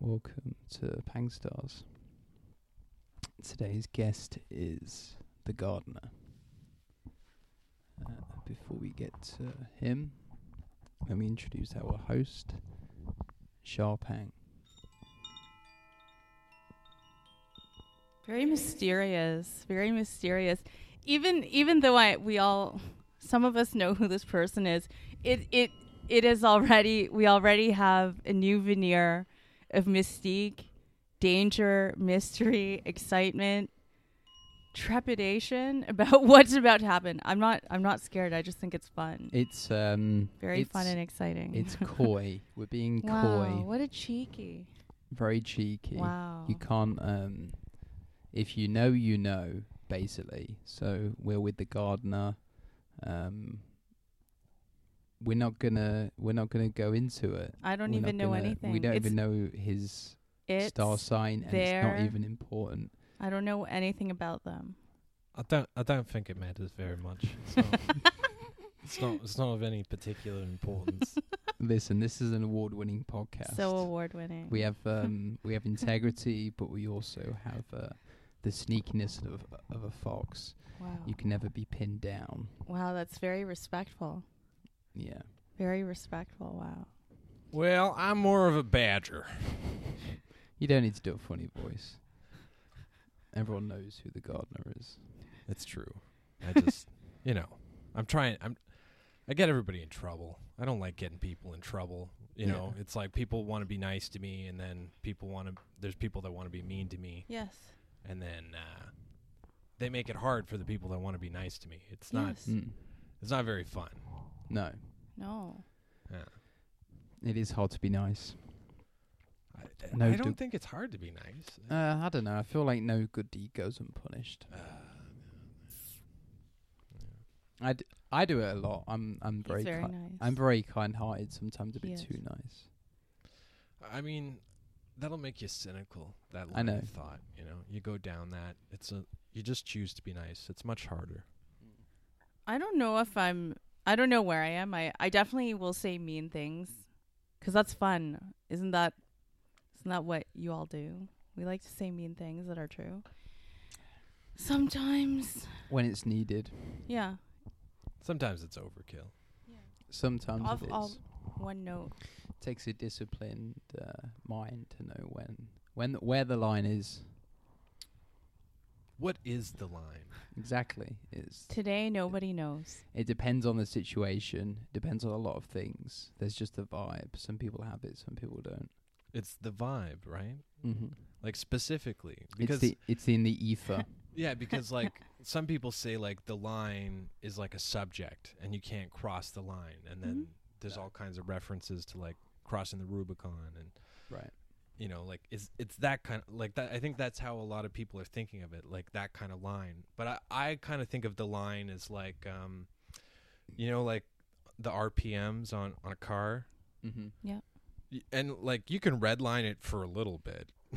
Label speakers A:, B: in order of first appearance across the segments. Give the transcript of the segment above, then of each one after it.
A: welcome to Pangstars. Today's guest is the gardener. Uh, before we get to him, let me introduce our host, Shar Pang.
B: Very mysterious. Very mysterious. Even even though I we all some of us know who this person is, it it it is already we already have a new veneer of mystique, danger, mystery, excitement, trepidation about what's about to happen. I'm not I'm not scared. I just think it's fun.
A: It's um
B: Very
A: it's,
B: fun and exciting.
A: it's coy. We're being
B: wow,
A: coy,
B: what a cheeky.
A: very cheeky.
B: Wow.
A: You can't um if you know you know, basically. So we're with the gardener. Um we're not gonna we're not gonna go into it.
B: I don't
A: We're
B: even
A: not
B: know
A: gonna-
B: anything.
A: We don't
B: it's,
A: even know his
B: it's,
A: star sign and it's not
B: there.
A: even important.
B: I don't know anything about them.
C: I don't. I don't think it matters very much. It's not. it's, not it's not of any particular importance.
A: Listen, this is an award winning podcast.
B: So award winning.
A: we have um we have integrity but we also have uh, the sneakiness of of a fox.
B: wow.
A: You can never be pinned down.
B: wow, that's very respectful.
A: Yeah.
B: Very respectful. Wow.
C: Well, I'm more of a badger.
A: You don't need to do a funny voice. Everyone knows who the gardener is.
C: It's true. I just, you know, I'm trying. I'm. I get everybody in trouble. I don't like getting people in trouble. You
A: Yeah.
C: know, it's like people want to be nice to me, and then people want to. There's people that want to be mean to me,
B: Yes.
C: and then uh, they make it hard for the people that want to be nice to me. It's not.
B: yes.
A: Mm.
C: It's not very fun.
A: No,
B: No.
C: Yeah.
A: it is hard to be nice.
C: I,
A: No
C: I
A: do-
C: don't think it's hard to be nice.
A: Uh, I don't know. I feel like no good deed goes unpunished. I, d- I do it a lot. I'm I'm
B: It's
A: very,
B: very
A: ki-
B: nice.
A: I'm very kind-hearted. Sometimes a
B: He
A: bit
B: is.
A: too nice.
C: I mean, that'll make you cynical. That
A: I
C: line
A: know.
C: of thought, you know, you go down that. It's a you just choose to be nice. It's much harder.
B: I don't know if I'm. I don't know where I am. I I definitely will say mean things, cause that's fun. Isn't that? Isn't that what you all do? We like to say mean things that are true. Sometimes.
A: When it's needed,
B: Yeah.
C: Sometimes it's overkill.
A: sometimes
B: I've-
A: it is.
B: I'll- One note.
A: takes a disciplined uh, mind to know when when th- where the line is
C: What is the line?
A: exactly. It's
B: Today nobody knows.
A: It depends on the situation. Depends on a lot of things. There's just a vibe. Some people have it. Some people don't.
C: It's the vibe, right?
A: Mm-hmm.
C: Like specifically
A: It's
C: because
A: the it's in the ether.
C: yeah, because like some people say like the line is like a subject and you can't cross the line and then
A: Mm-hmm.
C: there's all kinds of references to like crossing the Rubicon and
A: right.
C: you know like it's it's that kind of like that i think that's how a lot of people are thinking of it like that kind of line but i i kind of think of the line as like um you know like the rpms on on a car
A: Mm-hmm.
C: Y- and like you can redline it for a little bit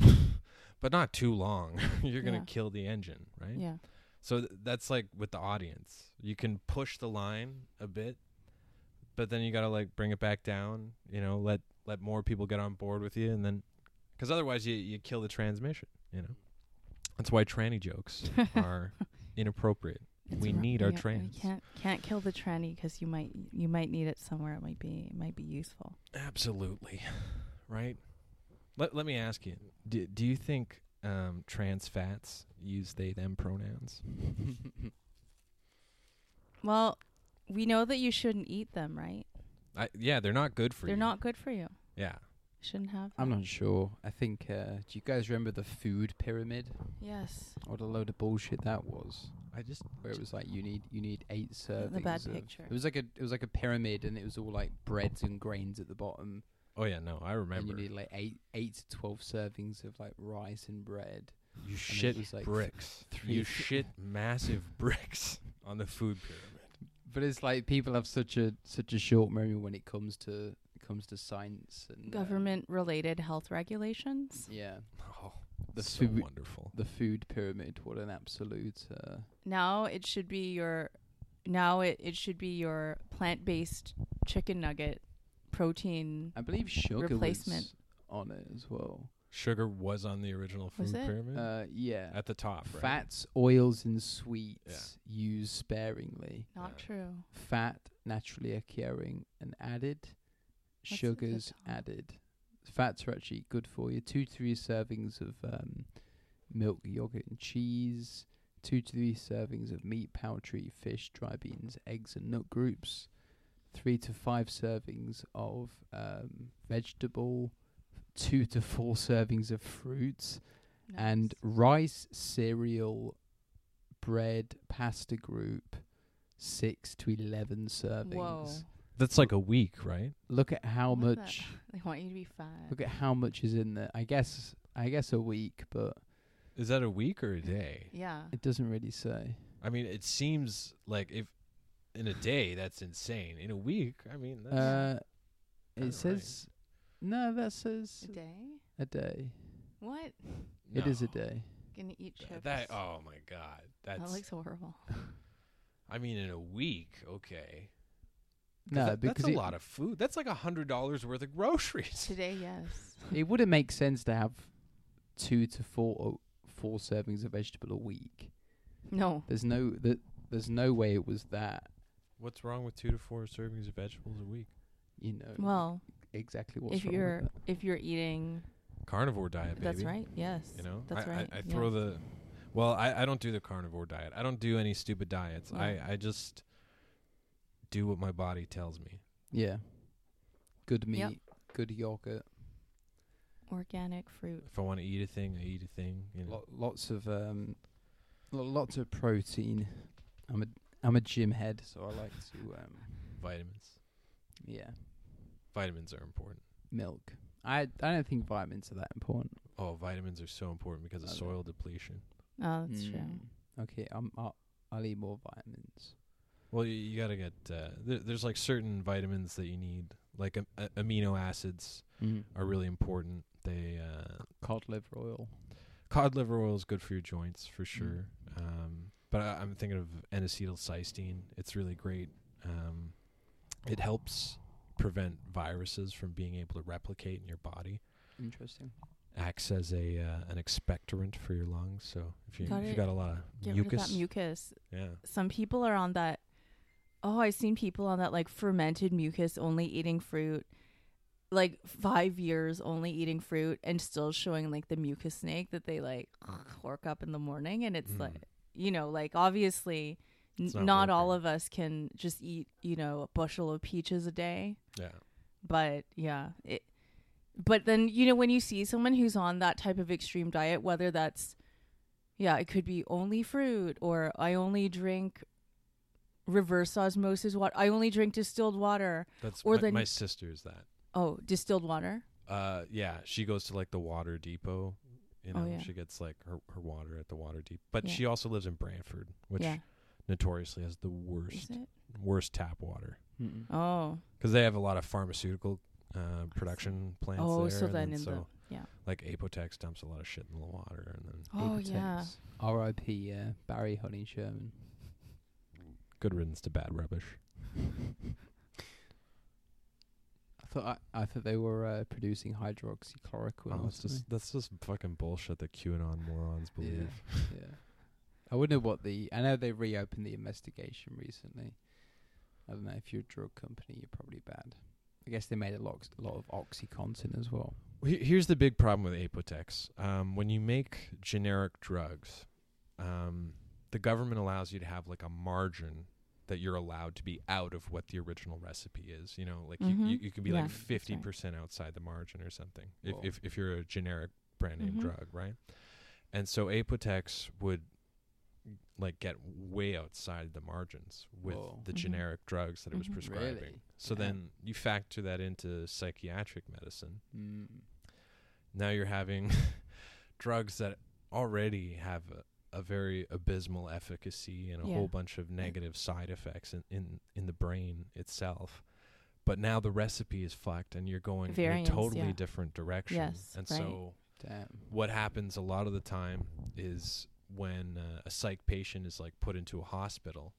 C: but not too long you're gonna
B: Yeah.
C: kill the engine right
B: Yeah.
C: so th- that's like with the audience you can push the line a bit but then you gotta like bring it back down you know let let more people get on board with you and then because otherwise you you kill the transmission you know that's why tranny jokes are inappropriate
B: It's
C: we
B: ru-
C: need our
B: yeah,
C: trans
B: We can't can't kill the tranny because you might you might need it somewhere. It might be it might be useful.
C: absolutely right let, let me ask you do, do you think um, trans fats use they them pronouns
B: Well, we know that you shouldn't eat them, right?
C: I, yeah they're not good for
B: They're
C: you
B: not good for you.
C: yeah
B: Shouldn't have.
A: I'm
B: them.
A: not sure. I think. Uh, do you guys remember the food pyramid?
B: Yes.
A: What a load of bullshit that was.
C: i just
A: Where it was like you need you need eight servings.
B: the bad
A: of-
B: picture.
A: It was like a it was like a pyramid, and it was all like breads and grains at the bottom,
C: oh yeah no i remember
A: and you need like eight eight to twelve servings of like rice and bread.
C: You shit
A: was like
C: bricks.
A: three
C: you
A: th-
C: shit massive bricks on the food pyramid.
A: But it's like people have such a such a short memory when it comes to it comes to science and um,
B: Government related health regulations.
A: yeah,
C: Oh,
A: The
C: so
A: food-
C: wonderful.
A: the food pyramid. What an absolute. Uh,
B: Now it should be your now it, it should be your plant based chicken nugget protein
A: I believe sugar
B: Replacement.
A: was on it as well.
C: Sugar was on the original food
B: Was it?
C: pyramid
A: Uh, yeah.
C: at the top, right?
A: Fats, oils, and sweets used sparingly.
B: Not
C: Yeah.
B: true.
A: Fat naturally occurring and added.
B: at the
A: Sugars
B: top?
A: added. Fats are actually good for you. Two to three servings of um, milk, yogurt, and cheese. Two to three servings of meat, poultry, fish, dry beans, eggs, and nut groups. Three to five servings of um, vegetable. Two to four servings of fruits
B: No,
A: and
B: it's-
A: rice, cereal, bread, pasta group, six to eleven servings.
B: whoa,
C: That's like a week, right?
A: Look at how
B: What the-
A: much.
B: they want you to be fat.
A: Look at how much is in there. I guess. I guess a week, but
C: Is that a week or a day?
B: Yeah,
A: it doesn't really say.
C: I mean, it seems like if in a day that's insane. In a week, I mean, that's
A: Uh,
C: Not
A: it
C: right.
A: says. No, that
B: a
A: says
B: day.
A: a day.
B: What?
A: It is a
C: no.
A: day.
B: Gonna eat
C: Th-
B: chips.
C: That oh my god, that's
B: That looks horrible.
C: I mean, in a week, okay. 'Cause
A: No,
C: that-
A: because
C: that's a
A: it,
C: lot of food. That's like a hundred dollars worth of groceries.
B: Today, yes.
A: it wouldn't make sense to have two to four o- four servings of vegetable a week.
B: No.
A: There's no that. There's no way it was that.
C: What's wrong with two to four servings of vegetables a week?
A: You
C: Uh,
A: know.
B: Well,
A: exactly what's
B: if
A: wrong
B: you're
A: with
B: if you're eating,
C: Carnivore diet, baby.
B: that's right. Yes.
C: You know,
B: that's
C: I,
B: right.
C: I, I throw the. Well, I, I don't do the carnivore diet. I don't do any stupid diets.
B: Yeah.
C: I, I just do what my body tells me.
A: that. yeah good meat
B: Yep.
A: good yogurt
B: organic fruit.
C: If I want to eat a thing, I eat a thing. You know.
A: lo- lots of um lo- lots of protein i'm a i'm a gym head so i like to um
C: Vitamins.
A: yeah
C: Vitamins are important.
A: milk i i don't think vitamins are that important
C: Oh, vitamins are so important because of
A: Okay.
C: soil depletion.
B: Oh, that's true.
A: Mm. okay i'm I'll, I'll eat more vitamins
C: Well, you, you gotta get. Uh, there, there's like certain vitamins that you need. Like am- a- amino acids are really important. They uh,
A: cod liver oil
C: cod liver oil is good for your joints
B: Mm.
C: for sure. Um, but I, I'm thinking of N-acetylcysteine. It's really great. Um, it helps prevent viruses from being able to replicate in your body.
A: interesting
C: Acts as a uh, an expectorant for your lungs. So if you
B: Got
C: if you
B: it.
C: got a lot of
B: Get
C: mucus,
B: rid of that mucus.
C: yeah,
B: Some people are on that. Oh, I've seen people on that like fermented mucus, only eating fruit, like five years only eating fruit, and still showing like the mucus snake that they like work up in the morning, and it's
C: Mm.
B: like you know, like obviously. n
C: It's
B: not
C: not
B: all
C: working.
B: of us can just eat, you know, a bushel of peaches a day.
C: yeah.
B: but yeah it but then you know when you see someone who's on that type of extreme diet whether that's yeah it could be only fruit or i only drink reverse osmosis water i only drink distilled water
C: That's
B: Or
C: my,
B: then-
C: my sister's that.
B: oh distilled water
C: Uh, yeah, she goes to like the water depot. You know,
B: Oh, yeah.
C: she gets like her, her water at the water depot. But
B: Yeah.
C: she also lives in Brantford, which
B: yeah
C: notoriously has the
B: is
C: worst
B: it
C: worst tap water
A: Mm-mm.
B: oh
C: because they have a lot of pharmaceutical uh, production plants
B: oh
C: there.
B: so
C: and
B: then in
C: so
B: the yeah
C: like Apotex dumps a lot of shit in the water, and then
B: oh
A: Apotex.
B: yeah
A: rip yeah barry honey sherman
C: good riddance to bad rubbish.
A: I thought I, I thought they were uh, producing hydroxychloroquine.
C: Oh,
A: or
C: that's
A: something.
C: just that's just fucking bullshit that QAnon morons believe.
A: Yeah. I wonder what the. I know they reopened the investigation recently. I don't know if you're a drug company, you're probably bad. I guess they made a lot, a lot of OxyContin as well.
C: He- Here's the big problem with Apotex. Um, when you make generic drugs, um, the government allows you to have like a margin that you're allowed to be out of what the original recipe is. You know, like you, you,
B: Mhm.
C: you can be
B: Yeah,
C: like
B: that's right.
C: 50% outside the margin or something if,
A: Whoa.
C: if, if you're a generic brand name
B: Mhm.
C: drug, right? And so Apotex would like get way outside the margins with
A: Whoa.
C: the
B: Mhm.
C: generic drugs that it was
B: Mhm.
C: prescribing.
A: Really?
C: So
A: Yeah.
C: then you factor that into psychiatric medicine
A: Mm.
C: now you're having drugs that already have a, a very abysmal efficacy and a
B: Yeah.
C: whole bunch of negative side effects in, in, in the brain itself. But now the recipe is fucked and you're going
B: Variants,
C: in a totally
B: yeah.
C: different direction.
B: Yes,
C: and
B: right.
C: so
A: Damn.
C: what happens a lot of the time is when uh, a psych patient is like put into a hospital,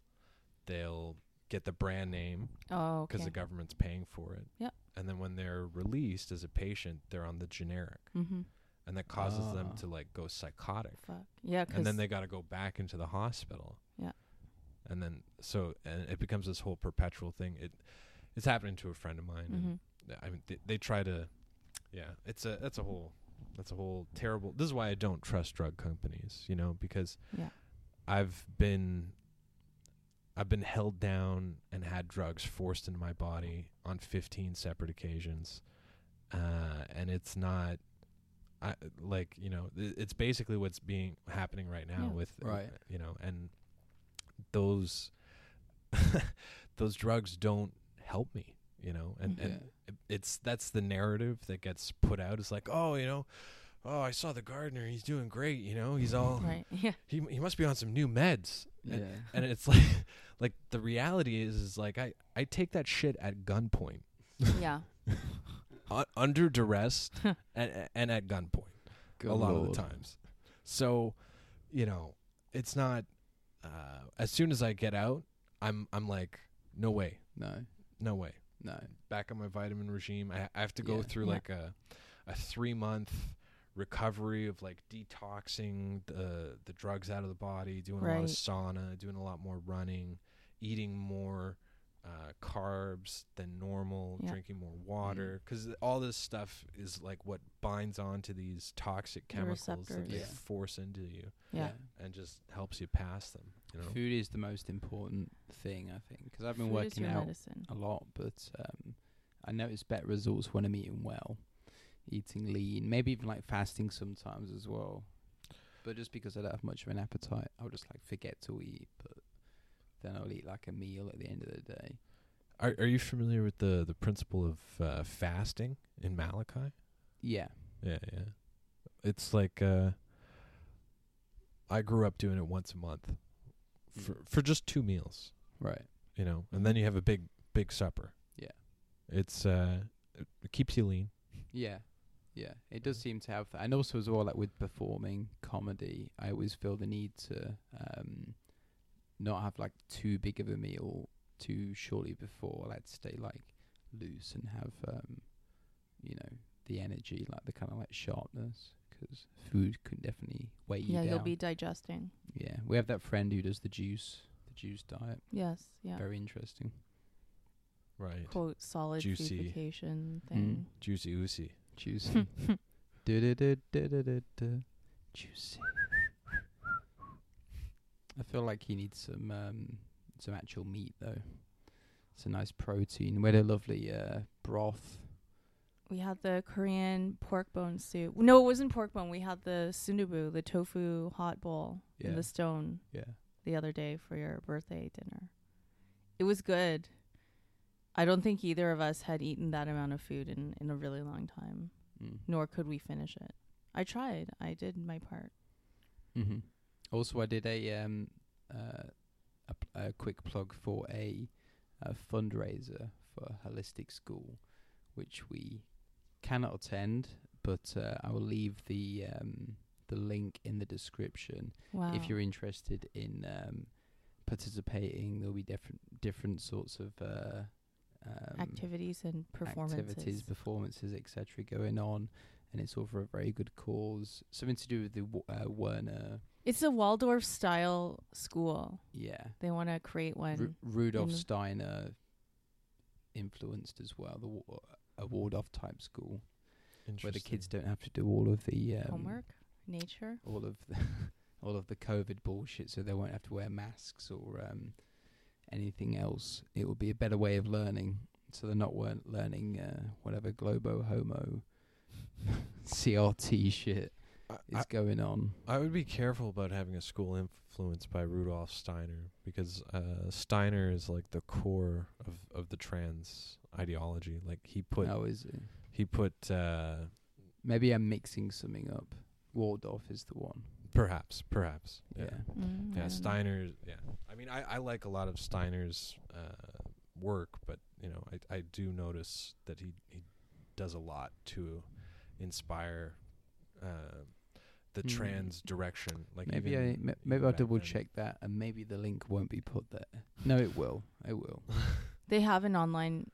C: they'll get the brand name
B: oh
C: because
B: okay
C: the government's paying for it.
B: Yep.
C: And then when they're released as a patient, they're on the generic
B: mm-hmm.
C: and that causes them
A: Ah.
C: to like go psychotic
B: Fuck. Yeah, because
C: and then they got to go back into the hospital.
B: Yeah.
C: And then so and it becomes this whole perpetual thing. It it's happening to a friend of mine.
B: Mm-hmm.
C: and th- I mean they, they try to yeah, it's a that's a whole that's a whole terrible. This is why I don't trust drug companies, you know, because
B: Yeah.
C: I've been I've been held down and had drugs forced into my body on 15 separate occasions. Uh and it's not I like, you know, i- it's basically what's being happening right now
B: Yeah.
C: with uh,
A: Right.
C: you know, and those those drugs don't help me, you know. And
B: Mhm.
C: and it- it's that's the narrative that gets put out. It's like, "Oh, you know, oh, I saw the gardener. He's doing great, you know. He's all
B: right. Yeah.
C: he he must be on some new meds."
A: yeah, yeah.
C: and it's like like the reality is is like I I take that shit at gunpoint,
B: Yeah.
C: u- under duress, and and at gunpoint
A: Good
C: a lot of
A: lord.
C: the times. So, you know, it's not. Uh, as soon as I get out, I'm I'm like, no way,
A: No,
C: no way.
A: no.
C: Back on my vitamin regime. I, I have to go
A: Yeah.
C: through
B: Yeah.
C: like a a three month recovery of like detoxing the the drugs out of the body, doing a lot
B: Right.
C: of sauna, doing a lot more running, eating more. Uh, carbs than normal,
B: Yeah.
C: drinking more water, because all this stuff is like what binds on to these toxic
B: The
C: chemicals that
B: receptors.
C: they
A: Yeah.
C: force into you
B: Yeah.
C: and just helps you pass them. You know,
A: Food is the most important thing, I think, because I've been
B: Food is
A: working
B: your
A: out
B: medicine.
A: a lot, but um, I notice better results when I'm eating well, eating lean, maybe even like fasting sometimes as well. But just because I don't have much of an appetite, I'll just like forget to eat, but then I'll eat like a meal at the end of the day.
C: are are you familiar with the the principle of uh, fasting in Malachi?
A: Yeah,
C: Yeah, yeah. It's like uh, I grew up doing it once a month
A: Mm.
C: for for just two meals,
A: right.
C: you know, and then you have a big big supper.
A: Yeah.
C: it's uh, it it keeps you lean.
A: Yeah, yeah. It does seem to have that, and also as well, like with performing comedy, I always feel the need to um, not have like too big of a meal too shortly before. Like to stay like loose and have um, you know, the energy, like the kind of like sharpness, 'cause food can definitely weigh you
B: Yeah,
A: down.
B: you'll be digesting.
A: yeah, we have that friend who does the juice, the juice diet.
B: Yes. Yeah.
A: Very interesting.
C: Right,
B: Quote solid
C: Juicy.
B: foodification
A: Mm-hmm.
B: thing.
C: juicy oozy.
A: Juicy. do do do do do do. Juicy. I feel like he needs some um, some actual meat though. It's a nice protein. We had a lovely uh, broth.
B: We had the Korean pork bone soup. No, it wasn't pork bone. We had the sundubu, the tofu hot bowl in
A: Yeah.
B: the stone.
A: Yeah.
B: the other day for your birthday dinner. It was good. I don't think either of us had eaten that amount of food in, in a really long time,
A: Mm.
B: nor could we finish it. I tried. I did my part.
A: Mm-hmm. Also, I did a um uh, a, p- a quick plug for a, a fundraiser for Holistic School, which we cannot attend, but uh, I will leave the um, the link in the description.
B: Wow.
A: if you're interested in um, participating, there'll be different different sorts of uh, um,
B: activities and performances.
A: activities, performances, etc. going on, and it's all for a very good cause. Something to do with the W- uh, Werner,
B: It's a Waldorf style school.
A: yeah,
B: They want to create one.
A: Ru- Rudolf
B: in-
A: Steiner influenced as well. The wa- a Waldorf type school where the kids don't have to do all of the um,
B: Homework? Nature?
A: all of the all of the COVID bullshit, so they won't have to wear masks or um, anything else. It will be a better way of learning, so they're not wear- learning uh, whatever globo homo CRT shit is
C: I,
A: going on.
C: I would be careful about having a school influenced by Rudolf Steiner because uh, Steiner is like the core of, of the trans ideology. Like he put
A: How is it?
C: he put uh,
A: Maybe I'm mixing something up. Waldorf is the one.
C: perhaps perhaps
A: Yeah.
B: Mm, I
C: yeah
B: don't
C: Steiner yeah I mean I, I like a lot of Steiner's uh, work but you know I I do notice that he he does a lot to inspire uh, the
A: Mm.
C: trans direction. Like
A: Maybe I
C: even-
A: ma-
C: even
A: maybe I'll
C: back
A: double
C: then.
A: check that, and maybe the link won't be put there. No, it will. It will.
B: know. They have an online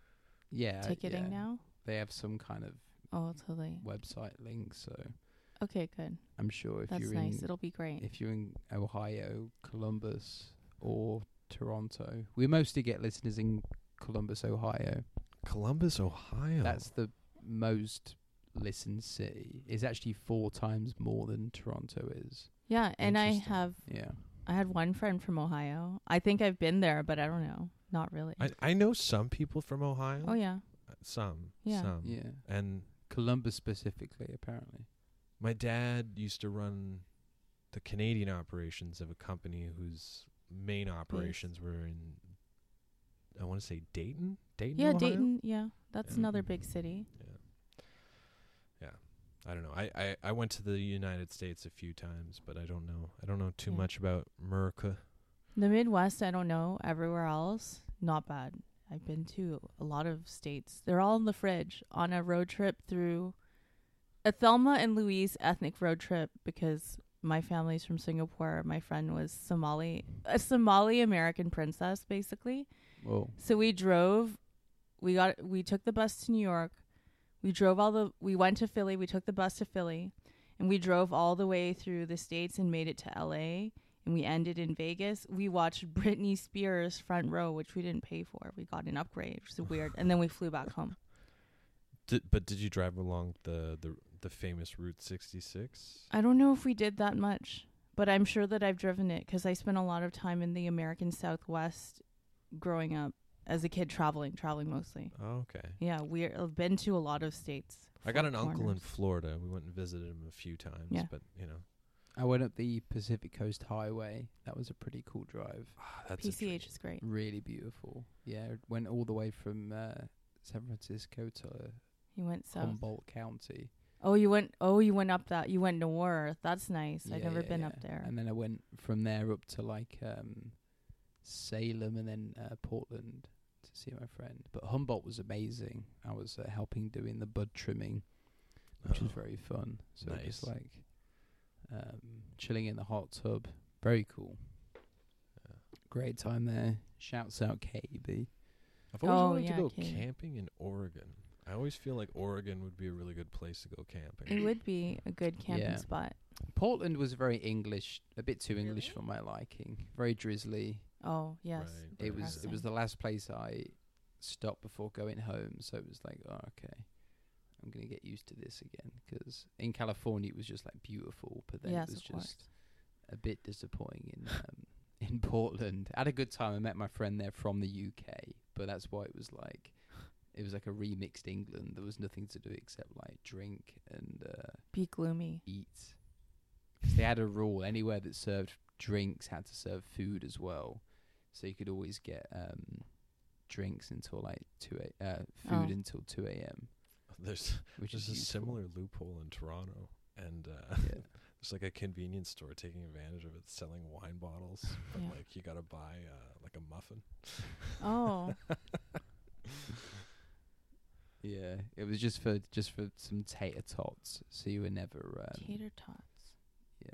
A: Yeah.
B: ticketing
A: yeah.
B: now.
A: They have some kind of
B: Oh, totally.
A: website link, so
B: Okay, good.
A: I'm sure if
B: That's
A: you're
B: nice.
A: in
B: It'll be great.
A: if you're in Ohio, Columbus, or Toronto, we mostly get listeners in Columbus, Ohio.
C: Columbus, Ohio.
A: That's the most listened city. It's actually four times more than Toronto is.
B: Yeah, and I
A: Interesting.
B: have
A: Yeah,
B: I had one friend from Ohio. I think I've been there, but I don't know. Not really.
C: I, I know some people from Ohio.
B: oh yeah.
C: Some.
B: Yeah.
C: Some.
A: yeah.
C: And
A: Columbus specifically, apparently.
C: my dad used to run the Canadian operations of a company whose main operations were in I want to say Dayton? Dayton?
B: Yeah,
C: Ohio?
B: Dayton, yeah. That's
C: Yeah.
B: another big city.
C: Yeah. I don't know. I, I, I went to the United States a few times, but I don't know. I don't know too
B: Yeah.
C: much about America.
B: The Midwest, I don't know. Everywhere else, not bad. I've been to a lot of states. They're all in the fridge on a road trip through a Thelma and Louise ethnic road trip because my family's from Singapore. My friend was Somali, a Somali American princess, basically.
A: Well,
B: So we drove. We got. We took the bus to New York. We drove all the. We went to Philly. We took the bus to Philly, and we drove all the way through the states and made it to L.A. And we ended in Vegas. We watched Britney Spears front row, which we didn't pay for. We got an upgrade, which is weird. And then we flew back home.
C: Did, but did you drive along the, the, the famous Route 66?
B: I don't know if we did that much, but I'm sure that I've driven it because I spent a lot of time in the American Southwest growing up as a kid, traveling, traveling mostly.
C: Oh, okay.
B: Yeah, we I've been to a lot of states.
C: I got
B: four
C: an uncle in
B: corners.
C: Florida. We went and visited him a few times,
B: Yeah.
C: but you know,
A: I went up the Pacific Coast Highway. That was a pretty cool drive.
C: ah, that's a dream.
B: PCH is great.
A: Really beautiful. Yeah, it went all the way from uh, San Francisco to
B: You went south.
A: Humboldt County.
B: Oh, you went. Oh, you went up that. You went north. That's nice. I've
A: Yeah,
B: never
A: yeah,
B: been
A: yeah.
B: up there.
A: And then I went from there up to like um, Salem and then uh, Portland to see my friend. But Humboldt was amazing. I was uh, helping doing the bud trimming, which was
C: Oh,
A: very fun. So just
C: nice.
A: like um, chilling in the hot tub, very cool.
C: Yeah.
A: Great time there. Shouts out E KB.
C: I've always
B: Oh,
C: wanted
B: yeah,
C: to go
B: Katy.
C: camping in Oregon. I always feel like Oregon would be a really good place to go camping.
B: it would be a good camping
A: Yeah.
B: spot.
A: Portland was very English, a bit too English
B: Really?
A: for my liking. Very drizzly.
B: Oh yes.
C: Right,
A: it was it
B: Depressing.
A: was the last place I stopped before going home, so it was like, oh, okay, I'm gonna get used to this again. 'Cause in California it was just like beautiful, but then
B: Yes,
A: it was
B: of course.
A: just a bit disappointing in um, in Portland. I had a good time. I met my friend there from the UK, but that's why it was like it was like a remixed England. There was nothing to do except like drink and uh,
B: Be gloomy.
A: eat. 'Cause they had a rule anywhere that served drinks had to serve food as well, so you could always get um, drinks until like two a uh, food
B: Oh.
A: until two a.m.
C: There's
A: Which
C: there's
A: is
C: a
A: useful.
C: similar loophole in Toronto, and uh,
A: Yeah.
C: there's like a convenience store taking advantage of it, selling wine bottles, but
B: Yeah.
C: like you gotta buy uh, like a muffin.
B: Oh.
A: yeah, it was just for just for some tater tots, so you were never um,
B: Tater tots.
A: yeah.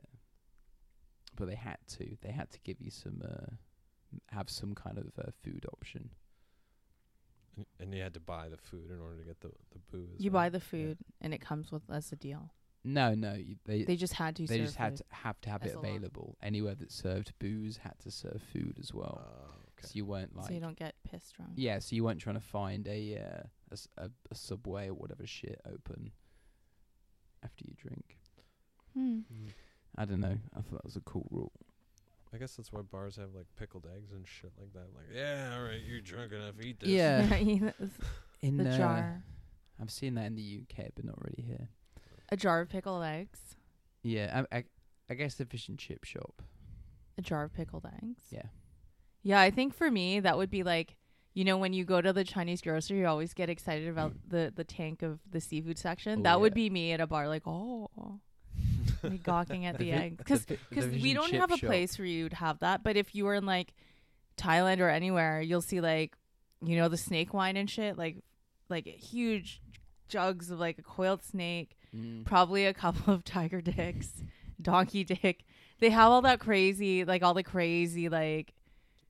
A: But they had to they had to give you some uh, have some kind of uh, food option.
C: And- And you had to buy the food in order to get the the booze.
B: You
C: right?
B: buy the food and it comes with as a deal.
A: No, no, you, they
B: They just had to.
A: they
B: serve
A: just had
B: food.
A: to have to have
B: That's
A: it
B: a lot.
A: available. Anywhere that served booze had to serve food as
C: Oh,
A: well.
C: okay.
A: So you weren't like
B: so you don't get pissed drunk.
A: yeah, so you weren't trying to find a, uh, a s- a- a subway or whatever shit open after you drink.
B: Hmm.
A: I don't know. I thought that was a cool rule.
C: I guess that's why bars have like pickled eggs and shit like that. Like, yeah, all right, you're drunk enough, eat this.
A: Yeah.
B: you-
A: In
B: the
A: uh,
B: jar.
A: I've seen that in the UK, but not really here.
B: A jar of pickled eggs.
A: Yeah, I, I, I guess the fish and chip shop.
B: A jar of pickled eggs.
A: Yeah.
B: Yeah, I think for me that would be like you know when you go to the Chinese grocery, you always get excited about the the tank of the seafood
A: Mm.
B: section.
A: Oh,
B: that would
A: yeah.
B: be me at a bar, like oh, me gawking at the eggs because
A: The
B: because
A: fish
B: we
A: and
B: don't
A: chip
B: have a
A: shop.
B: place where you'd have that. But if you were in like Thailand or anywhere, you'll see like you know the snake wine and shit, like like huge jugs of like a coiled snake,
A: Mm.
B: probably a couple of tiger dicks, donkey dick. They have all that crazy, like all the crazy, like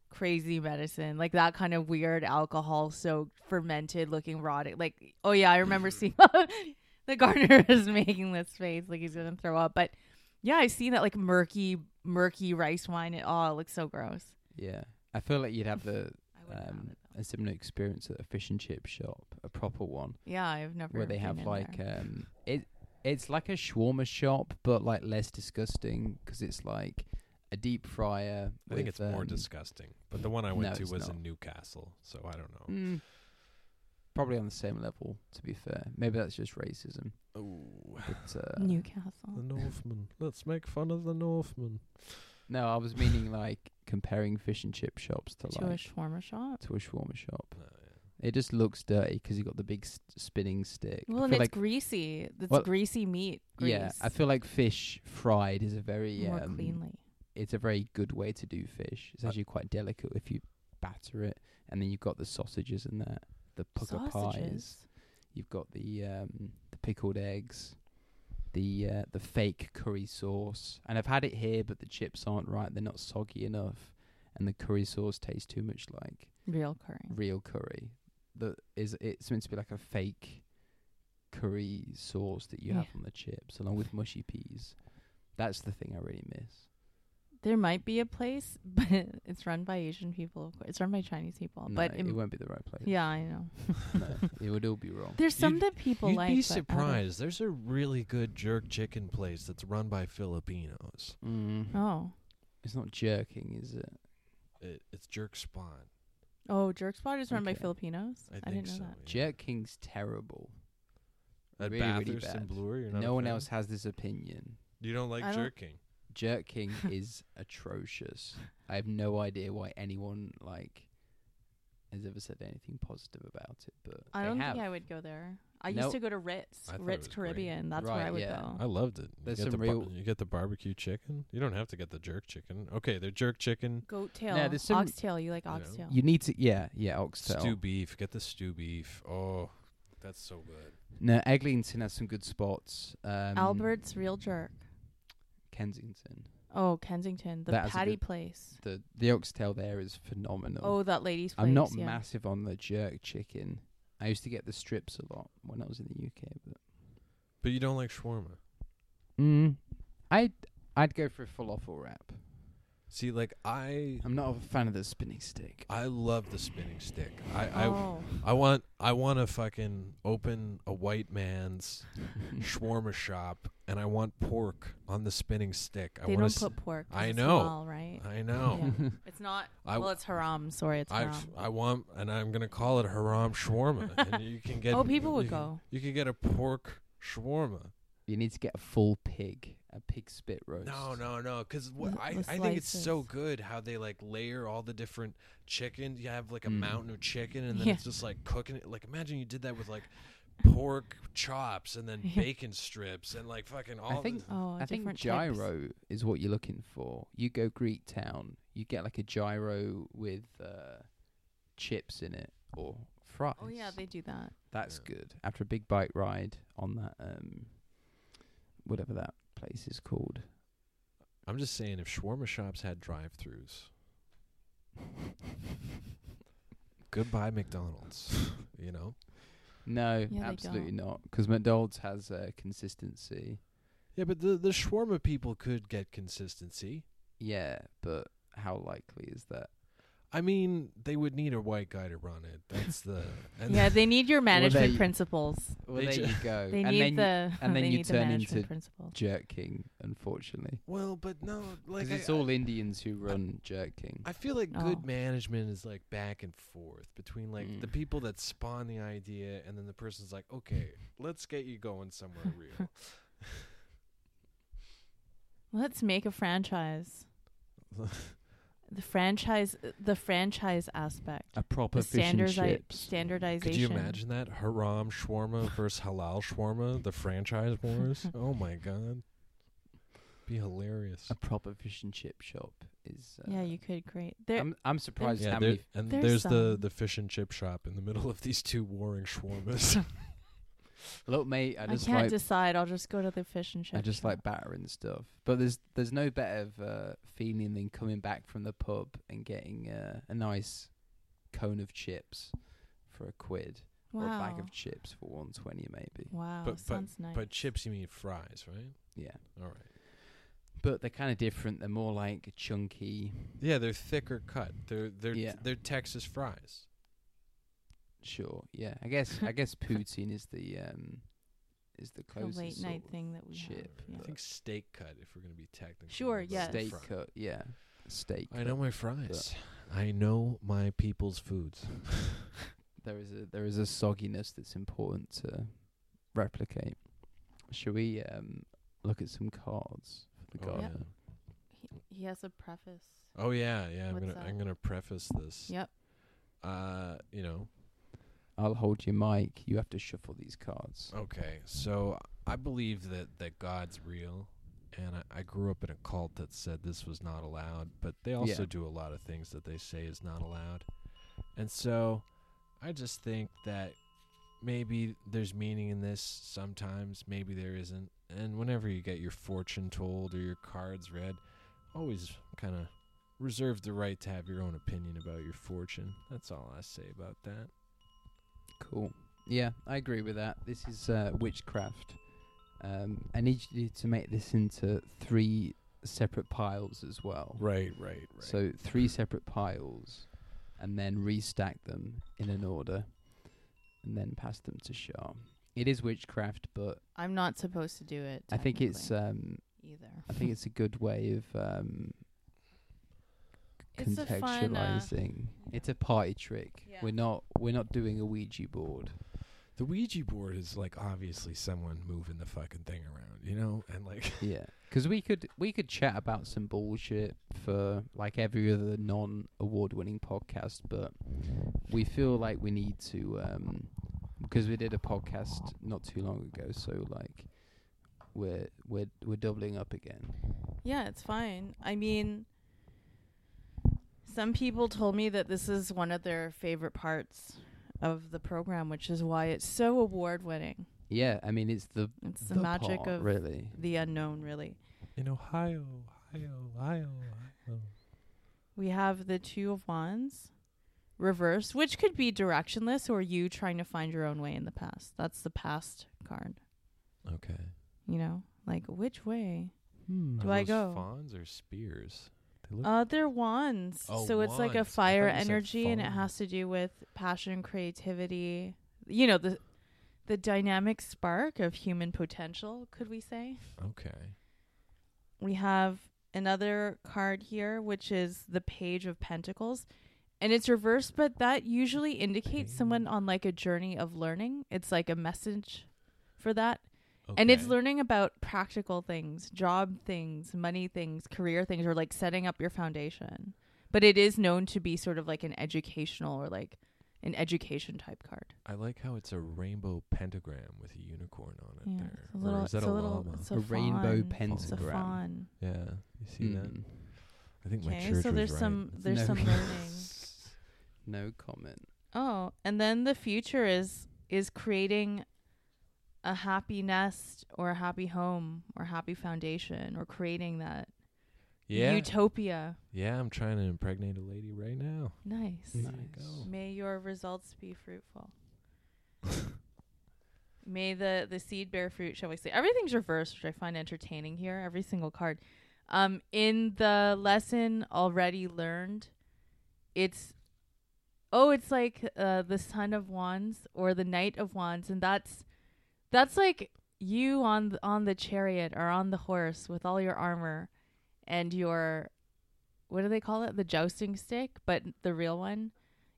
B: crazy medicine, like that kind of
A: Mm-hmm.
B: weird alcohol soaked, fermented looking rotting. Like, oh yeah, I remember seeing. the gardener is making this face like he's gonna throw up. But yeah, I've seen that like murky, murky rice wine. It all looks so gross.
A: Yeah, I feel like you'd have the
B: I wouldn't have
A: um,
B: it though.
A: a similar experience at a fish and chip shop, a proper one,
B: Yeah, I've never.
A: where they
B: been
A: have
B: in
A: like
B: there.
A: um, it. It's like a shawarma shop, but like less disgusting 'cause it's like a deep fryer.
C: I think
A: with,
C: it's more
A: um,
C: disgusting. But the one I went
A: no,
C: to
A: it's
C: was
A: not.
C: in Newcastle, so I don't know.
A: mm, probably on the same level. To be fair, maybe that's just racism.
C: Oh,
A: But, uh,
B: Newcastle.
C: Northman. Let's make fun of the Northman.
A: no, I was meaning like comparing fish and chip shops to,
B: To a
A: like
B: shawarma shop.
A: to a shawarma
C: Oh,
A: shop. It just looks dirty 'cause you got the big st- spinning stick. I
B: Well, and
A: feel
B: it's
A: like
B: greasy. It's
A: Well,
B: greasy meat. Grease.
A: Yeah, I feel like fish fried is a very
B: more
A: um,
B: cleanly.
A: It's a very good way to do fish. It's
C: Uh,
A: actually quite delicate if you batter it, and then you've got the sausages in there, the pucker pies.
B: Sausages.
A: You've got the um, the pickled eggs, the uh, the fake curry sauce. And I've had it here, but the chips aren't right. They're not soggy enough, and the curry sauce tastes too much like
B: Real curry.
A: real curry. That is, it's meant to be like a fake curry sauce that you
B: Yeah.
A: have on the chips, along with mushy peas. That's the thing I really miss.
B: There might be a place, but it's run by Asian people. Of course, it's run by Chinese people.
A: No,
B: Oh, but
A: it,
B: it m-
A: won't be the right place.
B: yeah, I know.
A: no, it would all be wrong.
B: There's some
C: You'd-
B: that people
C: You'd
B: like.
C: be
B: but I don't-
C: surprised. There's a really good jerk chicken place that's run by Filipinos.
A: Mm.
B: Oh,
A: It's not jerking, is it?
C: It, it's Jerk Spot.
B: oh, Jerk Spot is run by
A: Okay.
B: Filipinos.
C: I,
B: I,
C: think
B: didn't know
C: so.
B: that.
C: yeah.
A: Jerking's terrible.
C: At
A: really, really
C: Bathurst and
A: bad.
C: Bloor, you're not
A: no
C: a
A: one
C: fan?
A: else has this opinion.
C: You don't like
B: I don't-
C: jerking.
A: Jerking is atrocious. I have no idea why anyone like has ever said anything positive about it, but
B: I
A: they
B: don't
A: have.
B: think I would go there. I
A: No.
B: used to go to Ritz,
C: I thought it
B: Ritz
C: was great.
B: Caribbean. That's
A: Right,
B: where I would
A: yeah. Oh.
B: go.
C: I loved it.
A: There's
C: you get
A: some
C: the bar-
A: real-
C: you get the barbecue chicken. You don't have to get the jerk chicken. Okay, they're jerk chicken.
B: Goat tail,
A: No, there's some-
B: oxtail. You like
C: you know.
B: oxtail?
A: You need to, yeah, yeah, oxtail.
C: Stew beef. Get the stew beef. Oh, that's so good.
A: No, Eglinton has some good spots. Um,
B: Albert's real jerk.
A: Kensington.
B: Oh, Kensington, the
A: That is a
B: patty
A: good-
B: place.
A: The the oxtail there is phenomenal.
B: Oh, that lady's place.
A: I'm not
B: yeah.
A: massive on the jerk chicken. I used to get the strips a lot when I was in the UK, but
C: But you don't like shawarma.
A: mm, I I'd go for a falafel wrap.
C: See, like I,
A: I'm not a fan of the spinning stick.
C: I love the spinning stick. I, I,
B: oh,
C: I want, I want to fucking open a white man's shawarma shop, and I want pork on the spinning stick. I
B: they
C: want
B: don't
C: to.
B: put pork. 'cause
C: I
B: it's
C: know.
B: halal, right?
C: I know.
B: Yeah. It's not.
C: I
B: well, it's haram. Sorry, it's
C: I
B: haram.
C: I want, and I'm gonna call it haram shawarma. and you can get.
B: oh, people would
C: you can-
B: go.
C: You can get a pork shawarma.
A: you need to get a full pig, a pig spit roast.
C: No, no, no. Because
B: L-
C: I,
B: the
C: I think it's so
B: slices.
C: good how they like layer all the different chicken. You have like a
A: Mm.
C: mountain of chicken, and then
B: Yeah.
C: it's just like cooking it. Like imagine you did that with like pork chops and then
B: Yeah.
C: bacon strips and like fucking all.
A: think-
C: the-
B: Oh,
A: I think
B: different Types.
A: gyro is what you're looking for. You go Greek town, you get like a gyro with uh, chips in it or fries.
B: Oh yeah, they do that.
A: That's
C: Yeah.
A: good. After a big bike ride on that um whatever that place is called.
C: I'm just saying, if shawarma shops had drive-throughs, goodbye McDonald's. you know.
A: No,
B: they
A: absolutely not. 'Cause McDonald's has uh, consistency.
C: Yeah, but the the shawarma people could get consistency.
A: Yeah, but how likely is that?
C: I mean, they would need a white guy to run it. That's the and
B: Yeah, they need your management
A: they-
B: principles.
A: Well,
C: They
A: there
C: ju-
A: you go.
B: They
A: and
B: need
A: then you-
B: the
A: and then
B: they
A: you
B: need
A: turn
B: the management
A: into
B: principles.
A: Jerk King, unfortunately.
C: Well, but no,
A: 'Cause
C: like
A: it's
C: I,
A: all Indians who run Jerk King.
C: I feel like
B: Oh.
C: good management is like back and forth between like the
A: Mm.
C: people that spawn the idea and then the person's like, okay, let's get you going somewhere real.
B: Let's make a franchise. the franchise, the franchise aspect,
A: a proper
B: the
A: fish and
B: standardi-
A: chips.
B: standardization.
C: Could you imagine that haram shawarma versus halal shawarma, the franchise wars? oh my god, be hilarious.
A: A proper fish and chip shop is. Uh,
B: Yeah, you could create. There,
A: I'm I'm surprised
C: Yeah,
A: how
C: there-
A: many.
C: and
B: There's
C: there's the
B: some.
C: the fish and chip shop in the middle of these two warring shawarmas.
A: Look, mate, I
B: I,
A: just
B: can't
A: like
B: decide. I'll just go to the fish and chips.
A: I just like battering stuff. But there's there's no better of, uh, feeling than coming back from the pub and getting uh, a nice cone of chips for a quid or a
B: Wow.
A: bag of chips for 120 maybe.
B: Wow.
C: But- but-
B: sounds nice.
C: But chips, you mean fries, right?
A: Yeah.
C: All right.
A: But they're kind of different. They're more like chunky.
C: Yeah, they're thicker cut. They're they're
A: Yeah.
C: they're Texas fries.
A: Sure. Yeah. I guess I guess poutine is the um is the
B: a
A: closest
B: late
A: sort
B: night
A: of
B: thing that we
A: chip.
B: have.
C: I
B: Yeah.
C: think steak cut. If we're gonna be technical.
B: Sure,
C: about
B: yes.
C: the
A: steak
C: fry.
A: cut. Yeah. Steak.
C: I know
A: cut.
C: my fries. I know my people's foods.
A: there is a there is a sogginess that's important to replicate. Should we um look at some cards for the
C: Oh yeah.
A: gardener?
B: He, he has a preface.
C: Oh yeah, yeah. I'm
B: What's
C: gonna
B: that?
C: I'm gonna preface this.
B: Yep.
C: Uh, you know,
A: I'll hold your mic. You have to shuffle these cards.
C: Okay, so I believe that that God's real, and I, I grew up in a cult that said this was not allowed, but they also
A: Yeah.
C: do a lot of things that they say is not allowed, and so I just think that maybe there's meaning in this sometimes, maybe there isn't, and whenever you get your fortune told or your cards read, always kind of reserve the right to have your own opinion about your fortune. That's all I say about that.
A: Cool. Yeah, I agree with that. This is uh, witchcraft. Um, I need you to make this into three separate piles as well.
C: Right, right, right.
A: So three separate piles, and then restack them in an order, and then pass them to Shah. It is witchcraft, but
B: I'm not supposed to do it.
A: I think it's
B: technically,
A: um,
B: either.
A: I think it's a good way of um,
B: It's a fun, uh,
A: contextualizing. It's a party trick.
B: Yeah.
A: We're not we're not doing a Ouija board.
C: The Ouija board is like obviously someone moving the fucking thing around, you know, and like
A: Yeah. 'Cause we could we could chat about some bullshit for like every other non award winning podcast, but we feel like we need to um 'cause we did a podcast not too long ago, so like we're we're we're doubling up again.
B: Yeah, it's fine. I mean, some people told me that this is one of their favorite parts of the program, which is why it's so award winning.
A: Yeah, I mean it's the
B: It's the, magic
A: part,
B: of
A: really.
B: the unknown, really.
C: in Ohio, Ohio, Ohio, Ohio.
B: We have the Two of Wands reversed, which could be directionless or you trying to find your own way in the past. That's the past card,
C: Okay.
B: you know? Like, which way?
A: Hmm.
B: Do I go?
C: Fawns or spears? They look
B: Uh, they're wands.
C: Oh,
B: so it's like a
C: wands. I
B: fire
C: thought you said
B: energy, and it
C: phone.
B: has to do with passion, creativity. You know the the dynamic spark of human potential. Could we say
C: okay.
B: we have another card here, which is the Page of Pentacles, and it's reversed, but that usually indicates someone on like a journey of learning. It's like a message for that. And it's
C: Okay.
B: learning about practical things, job things, money things, career things, or like setting up your foundation. But it is known to be sort of like an educational or like an education type card.
C: I like how it's a rainbow pentagram with a unicorn on it
B: Yeah,
C: there.
B: it's a
C: Or
B: little,
C: is that
B: it's
C: a,
B: a little,
C: llama?
B: it's a
A: A rainbow
B: fawn. It's a
A: pentagram.
B: fawn.
C: yeah, you see that?
A: Hmm.
C: I think my
B: Mm. Okay,
C: church
B: so
C: was
B: there's
C: right.
B: some there's
A: No.
B: some learning.
A: No comment.
B: Oh, and then the future is is creating a happy nest or a happy home or happy foundation or creating that
C: yeah,
B: utopia.
C: yeah. I'm trying to impregnate a lady right now.
B: Nice.
C: There you
A: Nice.
B: May your results be fruitful. May the the seed bear fruit, shall we say? Everything's reversed, which I find entertaining here. Every single card. Um, in the lesson already learned, it's oh, it's like uh, the Son of Wands or the Knight of Wands, and that's that's like you on the, on the chariot or on the horse with all your armor and your what do they call it? The jousting stick, but the real one.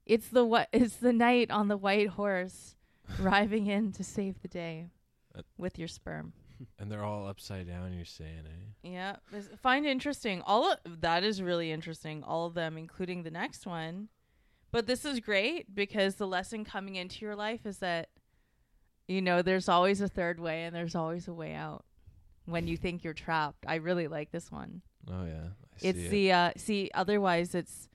B: It's the what? It's the knight on the white horse, driving in to save the day,
C: Uh,
B: with your sperm.
C: And they're all upside down. You're saying, eh?
B: Yeah, is- find interesting. All of, that is really interesting. All of them, including the next one. But this is great because the lesson coming into your life is that, you know, there's always a third way and there's always a way out. When you think you're trapped, I really like this one.
C: Oh yeah, I see
B: It's
C: it.
B: the uh, see. Otherwise, it's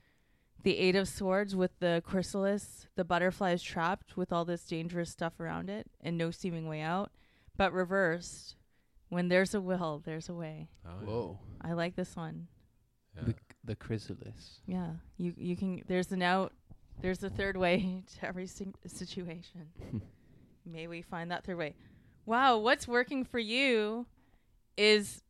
B: the eight of swords with the chrysalis. The butterfly is trapped with all this dangerous stuff around it, and no seeming way out. But reversed, when there's a will, there's a way.
C: Oh, yeah.
A: Whoa.
B: I like this one.
C: Yeah.
A: The the chrysalis.
B: Yeah, you you can. There's an out, There's a third way to every sin- situation. May we find that third way. Wow, what's working for you is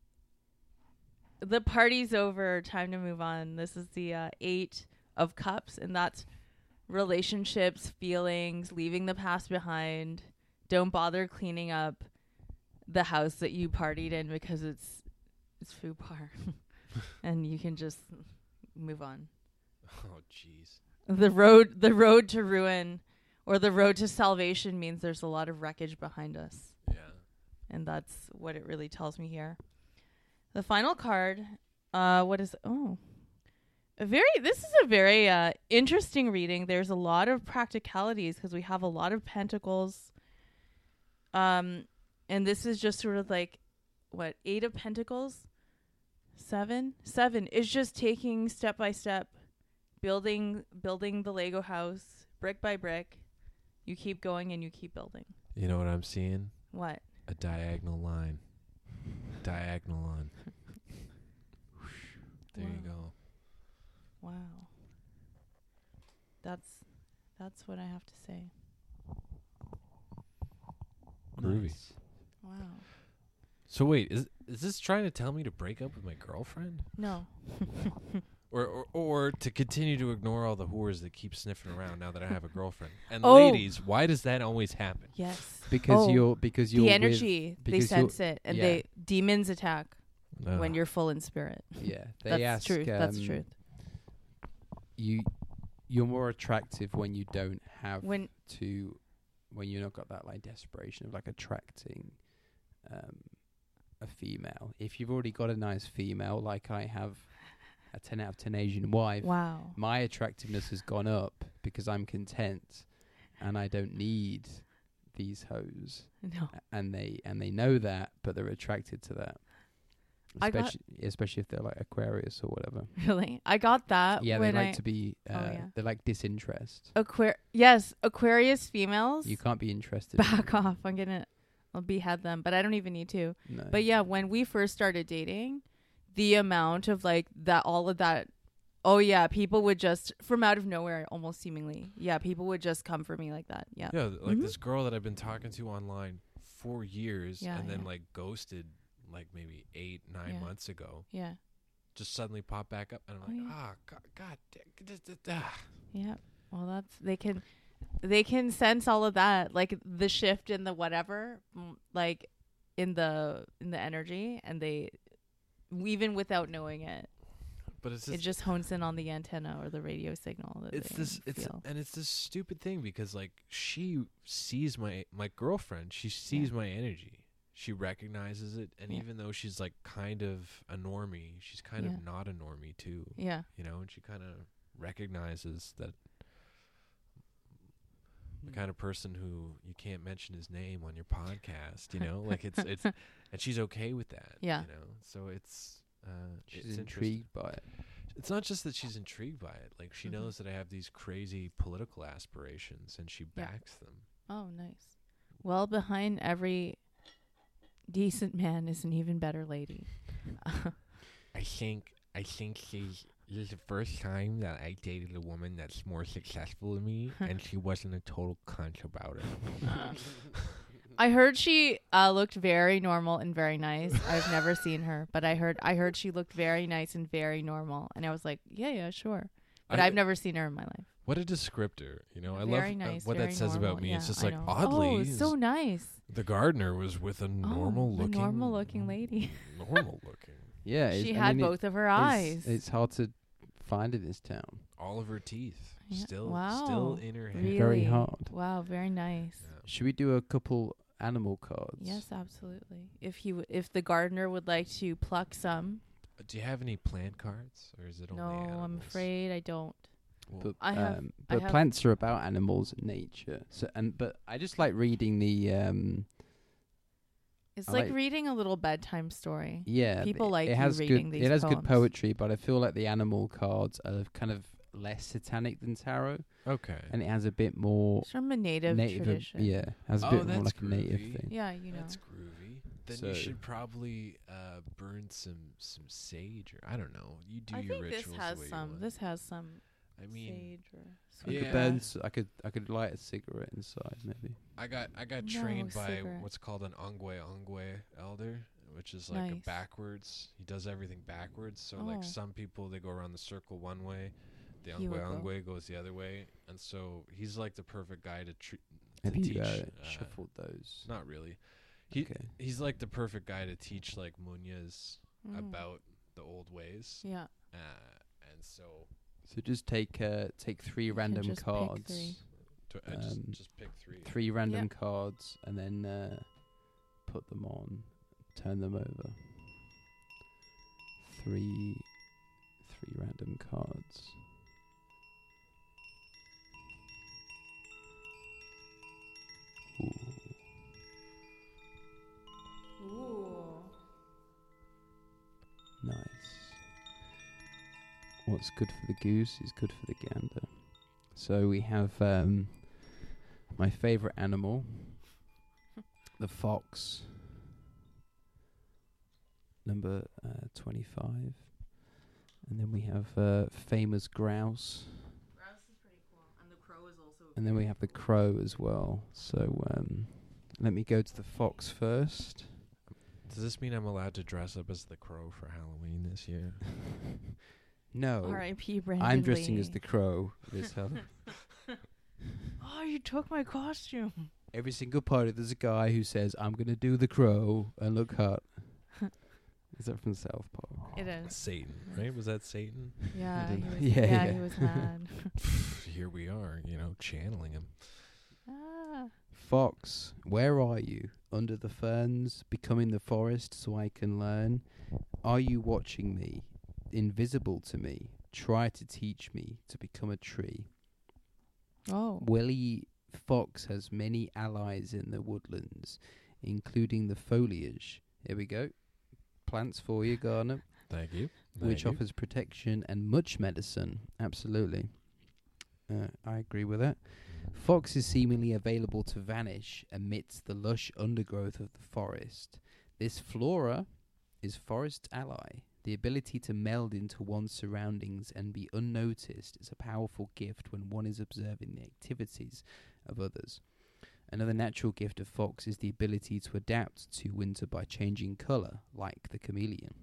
B: the party's over, time to move on. This is the uh, eight of cups, and that's relationships, feelings, leaving the past behind. Don't bother cleaning up the house that you partied in because it's it's foo par, and you can just move on
C: Oh, jeez.
B: the road the road to ruin or the road to salvation means there's a lot of wreckage behind us
C: Yeah.
B: and that's what it really tells me here the final card uh what is oh a very this is a very uh interesting reading there's a lot of practicalities because we have a lot of pentacles um and this is just sort of like what eight of pentacles seven seven is just taking step by step building building the lego house brick by brick you keep going and you keep building
C: You know what I'm seeing?
B: what
C: A diagonal line. diagonal line. There you go.
B: Wow. That's that's what I have to say.
C: Groovy.
A: Nice.
B: Wow.
C: So wait, is is this trying to tell me to break up with my girlfriend,
B: No.
C: or or, or to continue to ignore all the whores that keep sniffing around now that I have a girlfriend? And
B: Oh.
C: ladies, why does that always happen?
B: Yes.
A: Because
B: Oh,
A: you're because you're
B: the
A: with-
B: energy they
A: because you're-
B: sense it and
A: yeah.
B: they demons attack when you're full in spirit.
A: yeah, they
B: That's
A: ask.
B: truth. that's
A: um,
B: truth.
A: You you're more attractive when you don't have
B: When
A: to when you're not got that like desperation of like attracting um a female. If you've already got a nice female, like I have a ten out of ten Asian wife,
B: wow.
A: my attractiveness has gone up because I'm content and I don't need these hoes.
B: No.
A: A- And they and they know that, but they're attracted to that.
B: I got-
A: Especially, especially if they're like Aquarius or whatever.
B: Really. I got that
A: yeah, they
B: when
A: like
B: I Oh,
A: to be. Uh,
B: yeah.
A: They like disinterest.
B: Aquar- yes, Aquarius females.
A: You can't be interested. in
B: Oh, back
A: them.
B: off. I'm gonna I'll behead them, but I don't even need to.
A: No.
B: But yeah, when we first started dating, the amount of like that, all of that, oh yeah, people would just from out of nowhere, almost seemingly, yeah, people would just come for me like that. Yeah,
C: yeah, like
B: Mhm.
C: this girl that I've been talking to online for years,
B: Yeah,
C: and then
B: yeah.
C: like ghosted like maybe eight nine
B: Yeah.
C: months ago,
B: yeah,
C: just suddenly popped back up, and I'm
B: Oh,
C: like,
B: yeah.
C: ah, god, god, da- da- da- da."
B: yeah. Well, that's they can, they can sense all of that, like the shift in the whatever, mm, like in the in the energy, and they even without knowing it,
C: but it's
B: it
C: just
B: just hones in on the antenna or the radio signal. That
C: it's
B: they
C: this it's
B: feel.
C: and it's this stupid thing because like she sees my my girlfriend she sees my energy she recognizes it and
B: Yeah.
C: even though she's like kind of a normie she's kind
B: Yeah.
C: of not a normie too
B: yeah.
C: you know and she kind of recognizes that
B: Mm.
C: the kind of person who you can't mention his name on your podcast you know like it's it's and she's okay with that
B: Yeah.
C: you know so it's uh
A: she's
C: it's interesting
A: intrigued by it.
C: it's not just that she's intrigued by it like she
B: Mhm.
C: knows that i have these crazy political aspirations and she
B: Yeah.
C: backs them
B: Oh, nice. Well, behind every decent man is an even better lady.
C: i think i think she's this is the first time that i dated a woman that's more successful than me and she wasn't a total cunt about
B: I heard she uh, looked very normal and very nice. I've never seen her, but I heard I heard she looked very nice and very normal, and I was like, yeah, yeah, sure. But I,
C: I-
B: have never seen her in my life.
C: what a descriptor you know i love
B: very
C: uh,
B: nice.
C: what
B: very
C: that says
B: normal.
C: about me
B: Yeah,
C: it's just
B: I
C: like
B: know.
C: oddly
B: Oh, it's so
C: is-
B: nice.
C: the gardener was with a normal
B: oh, a
C: looking
B: normal looking lady.
C: normal looking
A: Yeah,
B: she
A: it's- I
B: had
A: mean, it-
B: both of her
A: it's-
B: eyes.
A: It's, hard to find in this town.
C: all of her teeth
B: Yeah.
C: still
B: Wow.
C: still in her head
B: really
A: very hard.
B: Wow, very nice.
C: Yeah.
A: Should we do a couple animal cards?
B: Yes, absolutely. If he, w- if the gardener would like to pluck some,
C: Do you have any plant cards, or is it only
B: no, I'm
C: animals?
B: afraid I don't.
C: Well,
A: But,
B: I have-
A: um,
B: I
A: but
B: have-
A: plants are about animals and nature. So and but I just like reading the um
B: It's
A: I
B: like,
A: like-
B: reading a little bedtime story.
A: yeah
B: People
A: it-
B: like
A: it
B: you
A: has
B: reading
A: good
B: these
A: it has good
B: poems.
A: poetry, but I feel like the animal cards are kind of less satanic than tarot,
C: okay.
A: and it has a bit more
B: It's from a native,
A: native
B: tradition.
A: yeah has a
C: Oh,
A: bit more
C: that's
A: like a
C: groovy.
A: native thing.
B: Yeah, you know.
C: That's groovy. Then
A: So-
C: you should probably uh, burn some some sage, or I don't know. You do
B: I
C: your
B: think this
C: rituals. the
B: has
C: way you
B: some.
C: want.
B: This has some.
D: I mean,
B: sage or
A: I
B: sweet
A: could
D: Yeah.
A: burn. s- I could. I could light a cigarette inside, maybe.
D: I
C: I got I got
B: No,
C: trained by
B: cigarette.
C: what's called an Ongwe Ongwe elder, which is like
B: Nice.
C: a backwards. He does everything backwards. So
B: Oh.
C: like some people they go around the circle one way, the
B: He
C: Ongwe
B: will go.
C: Ongwe goes the other way, and so he's like the perfect guy to, tr- to
A: Have
C: teach.
A: you uh,
C: uh,
A: shuffled those?
C: not really. He
A: okay.
C: he's like the perfect guy to teach like Munyas
B: Mm.
C: about the old ways,
B: yeah
C: uh, and so
A: So just take uh, take three
B: You can
A: random
B: just pick
A: cards,
B: three.
C: to, I just
A: Um,
C: just pick three.
A: three random cards, and then uh, put them on, turn them over. Three, three random cards. Ooh.
B: Ooh.
A: Nice. What's good for the goose is good for the gander. So we have um, my favourite animal, the fox, number uh, 25. And then we have uh, famous grouse.
B: Grouse is pretty cool, and the crow is also.
A: And then we have the crow as well. So um, let me go to the fox first.
C: Does this mean I'm allowed to dress up as the crow for Halloween this year?
A: no,
B: R.I.P. Brandon.
A: I'm dressing as
B: Lee.
A: the crow this Halloween.
B: Oh, you took my costume.
A: every single party there's a guy who says i'm gonna do the crow and look hot is that from south park
B: It is.
C: Satan, right? Was that Satan?
B: Yeah.
A: don't
B: He
A: know.
B: was,
A: Yeah,
B: yeah,
A: yeah.
B: He was mad.
C: Here we are, you know, channeling him.
B: ah.
A: fox where are you under the ferns becoming the forest so i can learn are you watching me invisible to me try to teach me to become a tree
B: Oh.
A: Willie Fox has many allies in the woodlands, including the foliage. Here we go. Plants for you, Garner,
C: Thank you.
A: which offers protection and much medicine. Absolutely. Uh, I agree with that. Fox is seemingly available to vanish amidst the lush undergrowth of the forest. This flora is forest's ally. The ability to meld into one's surroundings and be unnoticed is a powerful gift when one is observing the activities of others. Another natural gift of fox is the ability to adapt to winter by changing color, like the chameleon.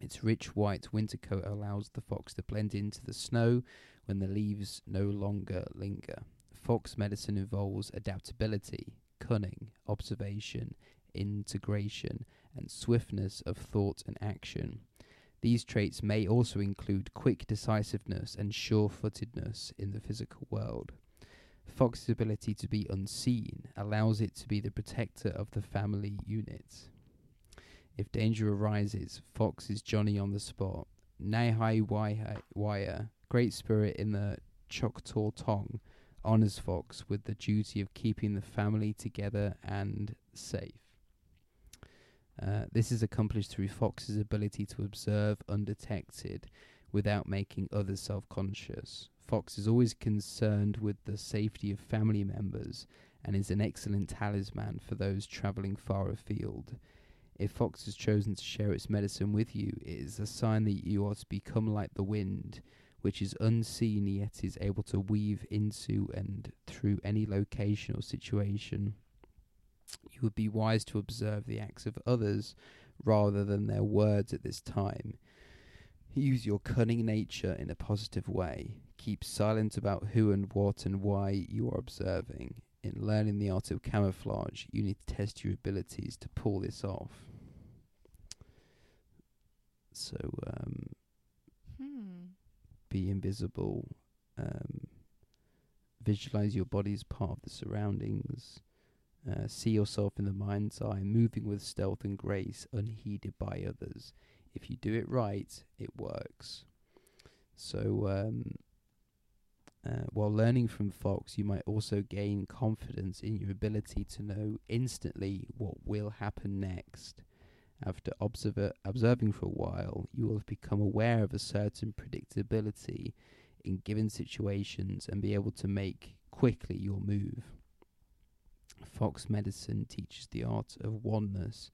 A: Its rich white winter coat allows the fox to blend into the snow when the leaves no longer linger. Fox medicine involves adaptability, cunning, observation, integration, and swiftness of thought and action. These traits may also include quick decisiveness and sure footedness in the physical world. Fox's ability to be unseen allows it to be the protector of the family unit. If danger arises, Fox is Johnny on the spot. Nahai Wire, Great Spirit in the Choctaw Tongue, honors Fox with the duty of keeping the family together and safe. Uh, this is accomplished through Fox's ability to observe undetected without making others self conscious. Fox is always concerned with the safety of family members and is an excellent talisman for those travelling far afield. If Fox has chosen to share its medicine with you, it is a sign that you are to become like the wind, which is unseen yet is able to weave into and through any location or situation. You would be wise to observe the acts of others rather than their words at this time. Use your cunning nature in a positive way. Keep silent about who and what and why you are observing. In learning the art of camouflage, you need to test your abilities to pull this off. So, um,
B: Hmm.
A: be invisible, um, visualize your body as part of the surroundings, uh, see yourself in the mind's eye, moving with stealth and grace, unheeded by others. If you do it right, it works. So, um, uh, while learning from Fox, you might also gain confidence in your ability to know instantly what will happen next. After observer, observing for a while, you will have become aware of a certain predictability in given situations and be able to make quickly your move. Fox medicine teaches the art of oneness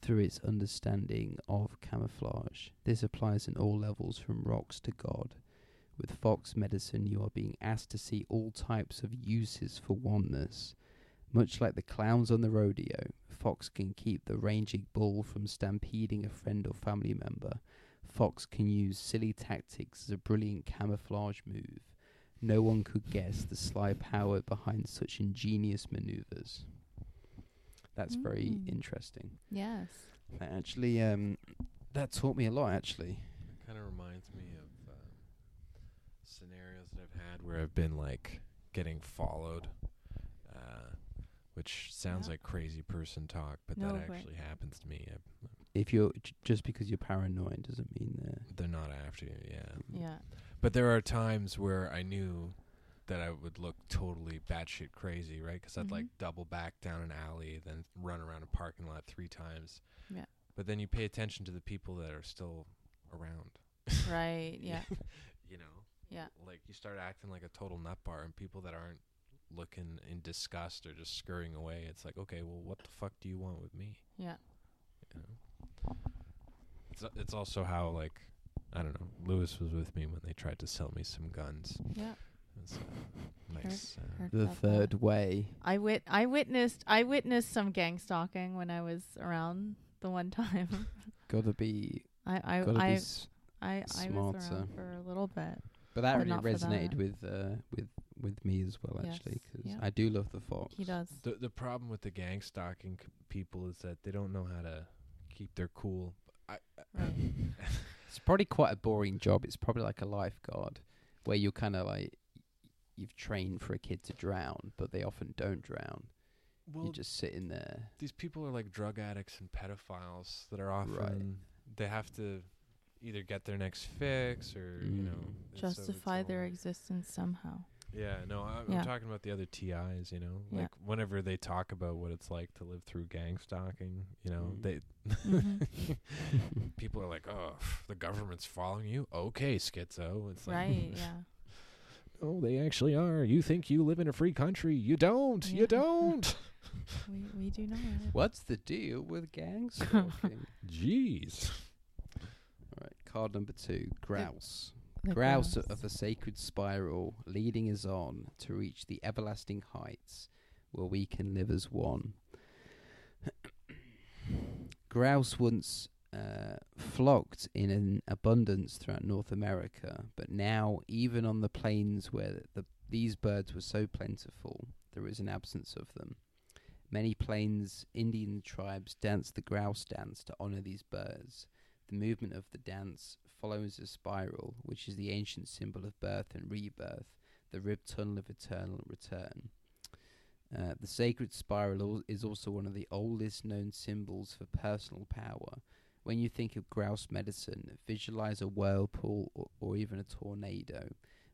A: through its understanding of camouflage. This applies in all levels from rocks to God. With Fox medicine, you are being asked to see all types of uses for oneness. Much like the clowns on the rodeo, Fox can keep the raging bull from stampeding a friend or family member. Fox can use silly tactics as a brilliant camouflage move. No one could guess the sly power behind such ingenious maneuvers. That's very
B: Mm.
A: interesting.
B: Yes.
A: That actually, um, that taught me a lot. Actually,
C: Kind of reminds me of uh, scenarios that I've had where I've been like getting followed, uh, which sounds
B: Yeah.
C: like crazy person talk, but
B: No,
C: that
B: but-
C: actually happens to me. I,
A: if you're j- just because you're paranoid doesn't mean um, that.
C: they're not after you, yeah.
A: Mm.
B: Yeah.
C: But there are times where I knew that I would look totally batshit crazy, right? 'Cause I'd like
B: Mhm.
C: double back down an alley, then run around a parking lot three times.
B: Yeah.
C: But then you pay attention to the people that are still around.
B: Right. Yeah.
C: you know.
B: Yeah.
C: Like you start acting like a total nut bar, and people that aren't looking in disgust or just scurrying away. It's like, okay, well, what the fuck do you want with me?
B: Yeah.
C: You know? It's it's also how like I don't know. Lewis was with me when they tried to sell me some guns.
B: Yeah.
C: It's nice. uh,
B: heard
A: The
B: about that.
A: third way.
B: I wit I witnessed I witnessed some gang stalking when I was around the one time.
A: Gotta be,
B: I I
A: gotta
B: Oh, I,
A: be. S-
B: I, I was
A: smarter.
B: around for a little bit.
A: but that
B: but
A: really
B: not for
A: resonated
B: that.
A: with, uh, with, with me as well.
B: Yes,
A: Actually, 'cause
B: yeah.
A: I do love the fox.
B: He does.
C: The the problem with the gang stalking c- people is that they don't know how to keep their cool. I,
B: Right.
A: It's probably quite a boring job. It's probably like a lifeguard, where you're kind of like, you've trained for a kid to drown, but they often don't drown.
C: well,
A: you're just sitting there.
C: these people are like drug addicts and pedophiles that are often they have to either get their next fix or you know
A: Mm.
C: and so it's
B: Justify their
C: all-
B: existence somehow.
C: yeah no I,
B: Yeah.
C: i'm talking about the other tis you know
B: Yeah.
C: like whenever they talk about what it's like to live through gang stalking you know
A: Mm.
C: they
B: Mhm.
C: people are like oh the government's following you okay schizo it's like
B: right, yeah.
C: oh they actually are you think you live in a free country you don't
B: Yeah.
C: you don't
B: We we do not.
A: What's the deal with gang stalking?
C: jeez
A: All right, card number two, grouse.
B: The
C: uh,
A: Grouse
B: grouse.
A: of the sacred spiral, leading us on to reach the everlasting heights where we can live as one. Grouse once uh, flocked in an abundance throughout North America, but now, even on the plains where the, these birds were so plentiful, there is an absence of them. Many plains Indian tribes dance the grouse dance to honor these birds. The movement of the dance follows a spiral, which is the ancient symbol of birth and rebirth, the rib tunnel of eternal return. Uh, the sacred spiral al- is also one of the oldest known symbols for personal power. When you think of grouse medicine, visualize a whirlpool or, or even a tornado,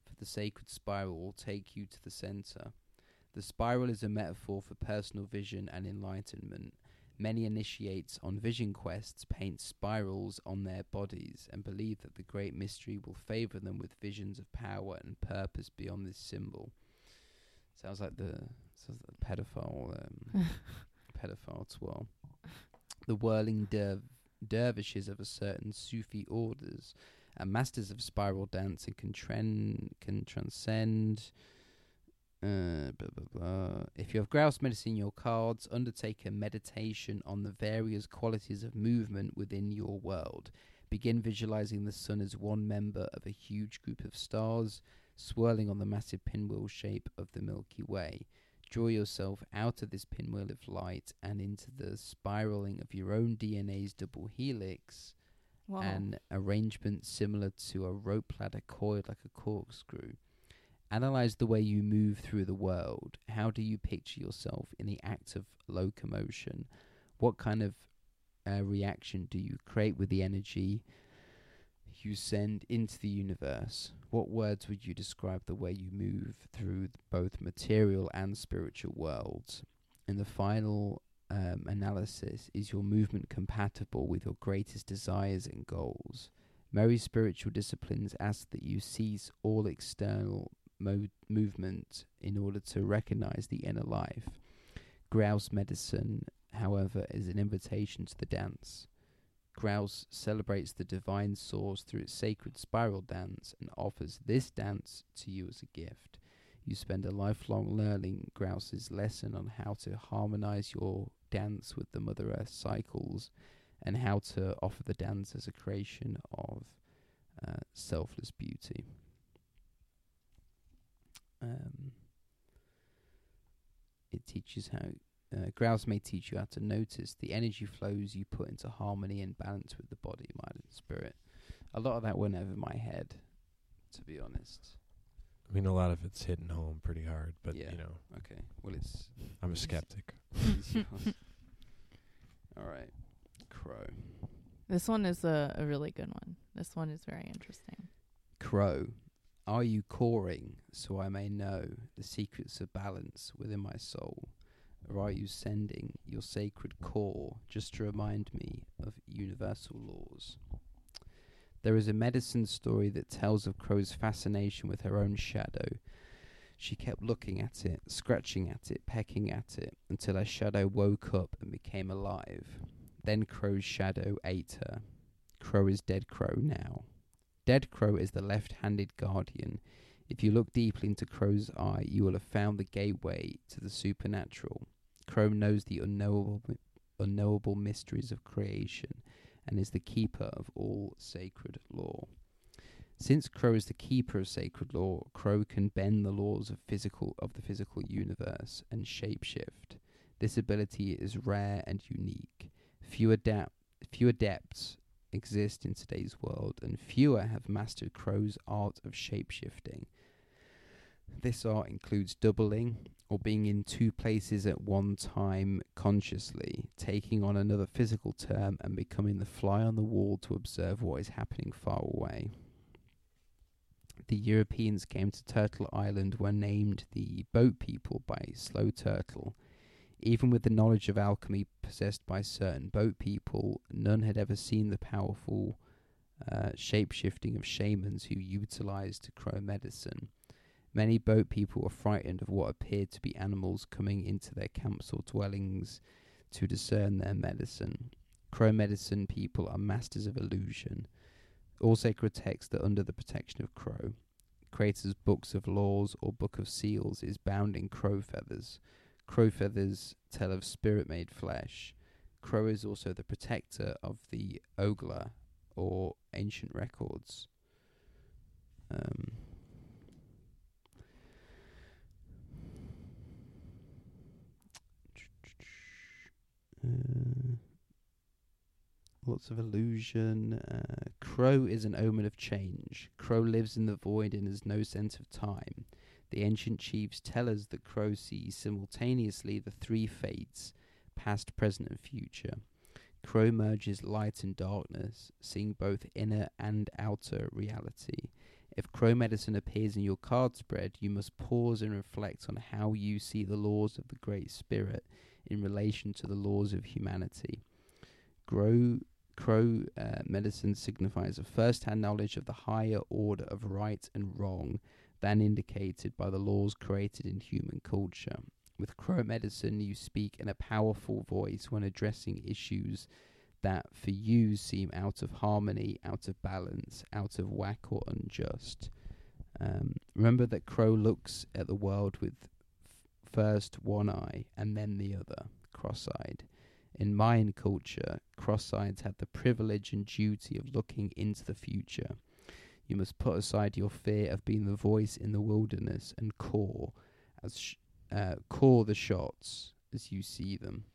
A: for the sacred spiral will take you to the center. The spiral is a metaphor for personal vision and enlightenment. Many initiates on vision quests paint spirals on their bodies and believe that the great mystery will favor them with visions of power and purpose beyond this symbol. Sounds like the, sounds like the pedophile, um, pedophile twirl. The whirling derv- dervishes of a certain Sufi orders are masters of spiral dance and can, tren- can transcend uh, blah, blah, blah. If you have grouse medicine in your cards, undertake a meditation on the various qualities of movement within your world. Begin visualizing the sun as one member of a huge group of stars swirling on the massive pinwheel shape of the Milky Way. Draw yourself out of this pinwheel of light and into the spiraling of your own DNA's double helix
B: Wow.
A: an arrangement similar to a rope ladder coiled like a corkscrew. Analyze the way you move through the world. How do you picture yourself in the act of locomotion? What kind of uh, reaction do you create with the energy you send into the universe? What words would you describe the way you move through th- both material and spiritual worlds? In the final um, analysis is your movement compatible with your greatest desires and goals? Mary spiritual disciplines ask that you cease all external mo- movement in order to recognize the inner life. Grouse medicine, however, is an invitation to the dance. Grouse celebrates the divine source through its sacred spiral dance and offers this dance to you as a gift. You spend a lifelong learning Grouse's lesson on how to harmonize your dance with the Mother Earth cycles and how to offer the dance as a creation of uh, selfless beauty. Um, it teaches how uh, grouse may teach you how to notice the energy flows you put into harmony and balance with the body, mind, and spirit. A lot of that went over my head, to be honest.
C: I mean, a lot of it's hitting home pretty hard, but
A: Yeah.
C: you know,
A: Okay, well, it's
C: I'm a skeptic.
A: all right. Crow,
B: This one is a, a really good one. This one is very interesting.
A: crow, are you cawing so I may know the secrets of balance within my soul, or are you sending your sacred core just to remind me of universal laws? There is a medicine story that tells of Crow's fascination with her own shadow. She kept looking at it, scratching at it, pecking at it, until her shadow woke up and became alive. Then Crow's shadow ate her. Crow is dead Crow now. Dead Crow is the left handed guardian. If you look deeply into Crow's eye, you will have found the gateway to the supernatural. Crow knows the unknowable, unknowable mysteries of creation and is the keeper of all sacred law. Since Crow is the keeper of sacred law, Crow can bend the laws of physical of the physical universe and shapeshift. This ability is rare and unique. Few adapt few adepts exist in today's world, and fewer have mastered Crow's art of shapeshifting. This art includes doubling or being in two places at one time consciously, taking on another physical term and becoming the fly on the wall to observe what is happening far away. The Europeans came to Turtle Island were named the Boat People by Slow Turtle. Even with the knowledge of alchemy possessed by certain boat people, none had ever seen the powerful uh, shape shifting of shamans who utilized crow medicine. Many boat people were frightened of what appeared to be animals coming into their camps or dwellings to discern their medicine. Crow medicine people are masters of illusion. All sacred texts are under the protection of Crow. Creator's Books of Laws or Book of Seals is bound in crow feathers. Crow feathers tell of spirit made flesh. Crow is also the protector of the Ogla or ancient records. Um, uh, lots of illusion. Uh, crow is an omen of change. Crow lives in the void and has no sense of time. The ancient chiefs tell us that Crow sees simultaneously the three fates past, present, and future. Crow merges light and darkness, seeing both inner and outer reality. If Crow medicine appears in your card spread, you must pause and reflect on how you see the laws of the Great Spirit in relation to the laws of humanity. Grow, crow uh, medicine signifies a first hand knowledge of the higher order of right and wrong than indicated by the laws created in human culture. With crow medicine, you speak in a powerful voice when addressing issues that for you seem out of harmony, out of balance, out of whack, or unjust. Um, remember that crow looks at the world with f- first one eye and then the other, cross eyed. In Mayan culture, cross eyed had the privilege and duty of looking into the future. You must put aside your fear of being the voice in the wilderness and call, as sh- uh, call the shots as you see them.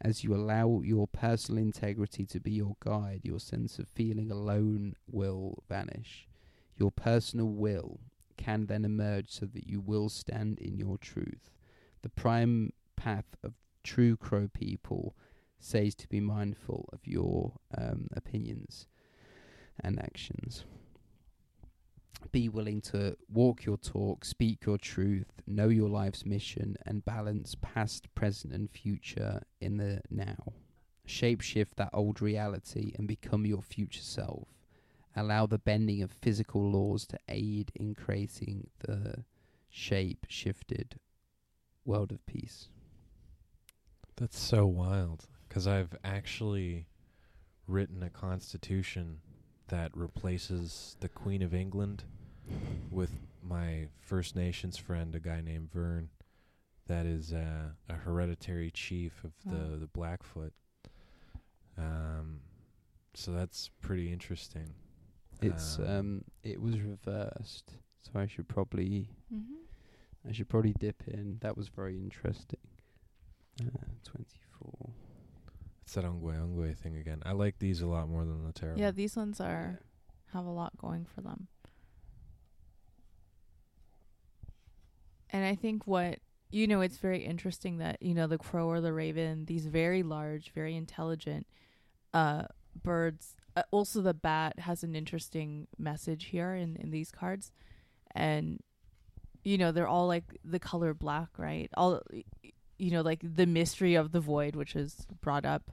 A: As you allow your personal integrity to be your guide, your sense of feeling alone will vanish. Your personal will can then emerge so that you will stand in your truth. The prime path of true crow people says to be mindful of your um, opinions and actions be willing to walk your talk, speak your truth, know your life's mission, and balance past, present, and future in the now. Shapeshift that old reality and become your future self. Allow the bending of physical laws to aid in creating the shape shifted world of peace.
C: That's so wild because I've actually written a constitution that replaces the Queen of England with my First Nations friend, a guy named Vern, that is uh, a hereditary chief of
B: Wow.
C: the the Blackfoot. Um, so that's pretty interesting.
A: It's
C: Um,
A: um, it was reversed, so I should probably
B: Mm-hmm.
A: I should probably dip in. That was very interesting. Uh, Twenty four.
C: It's that Ongwe Ongwe thing again. I like these a lot more than the Tarot.
B: Yeah, these ones are have a lot going for them. And I think what you know, it's very interesting that you know the crow or the raven, these very large, very intelligent uh, birds. Uh, also, the bat has an interesting message here in in these cards, and you know they're all like the color black, right? All you know, like the mystery of the void, which is brought up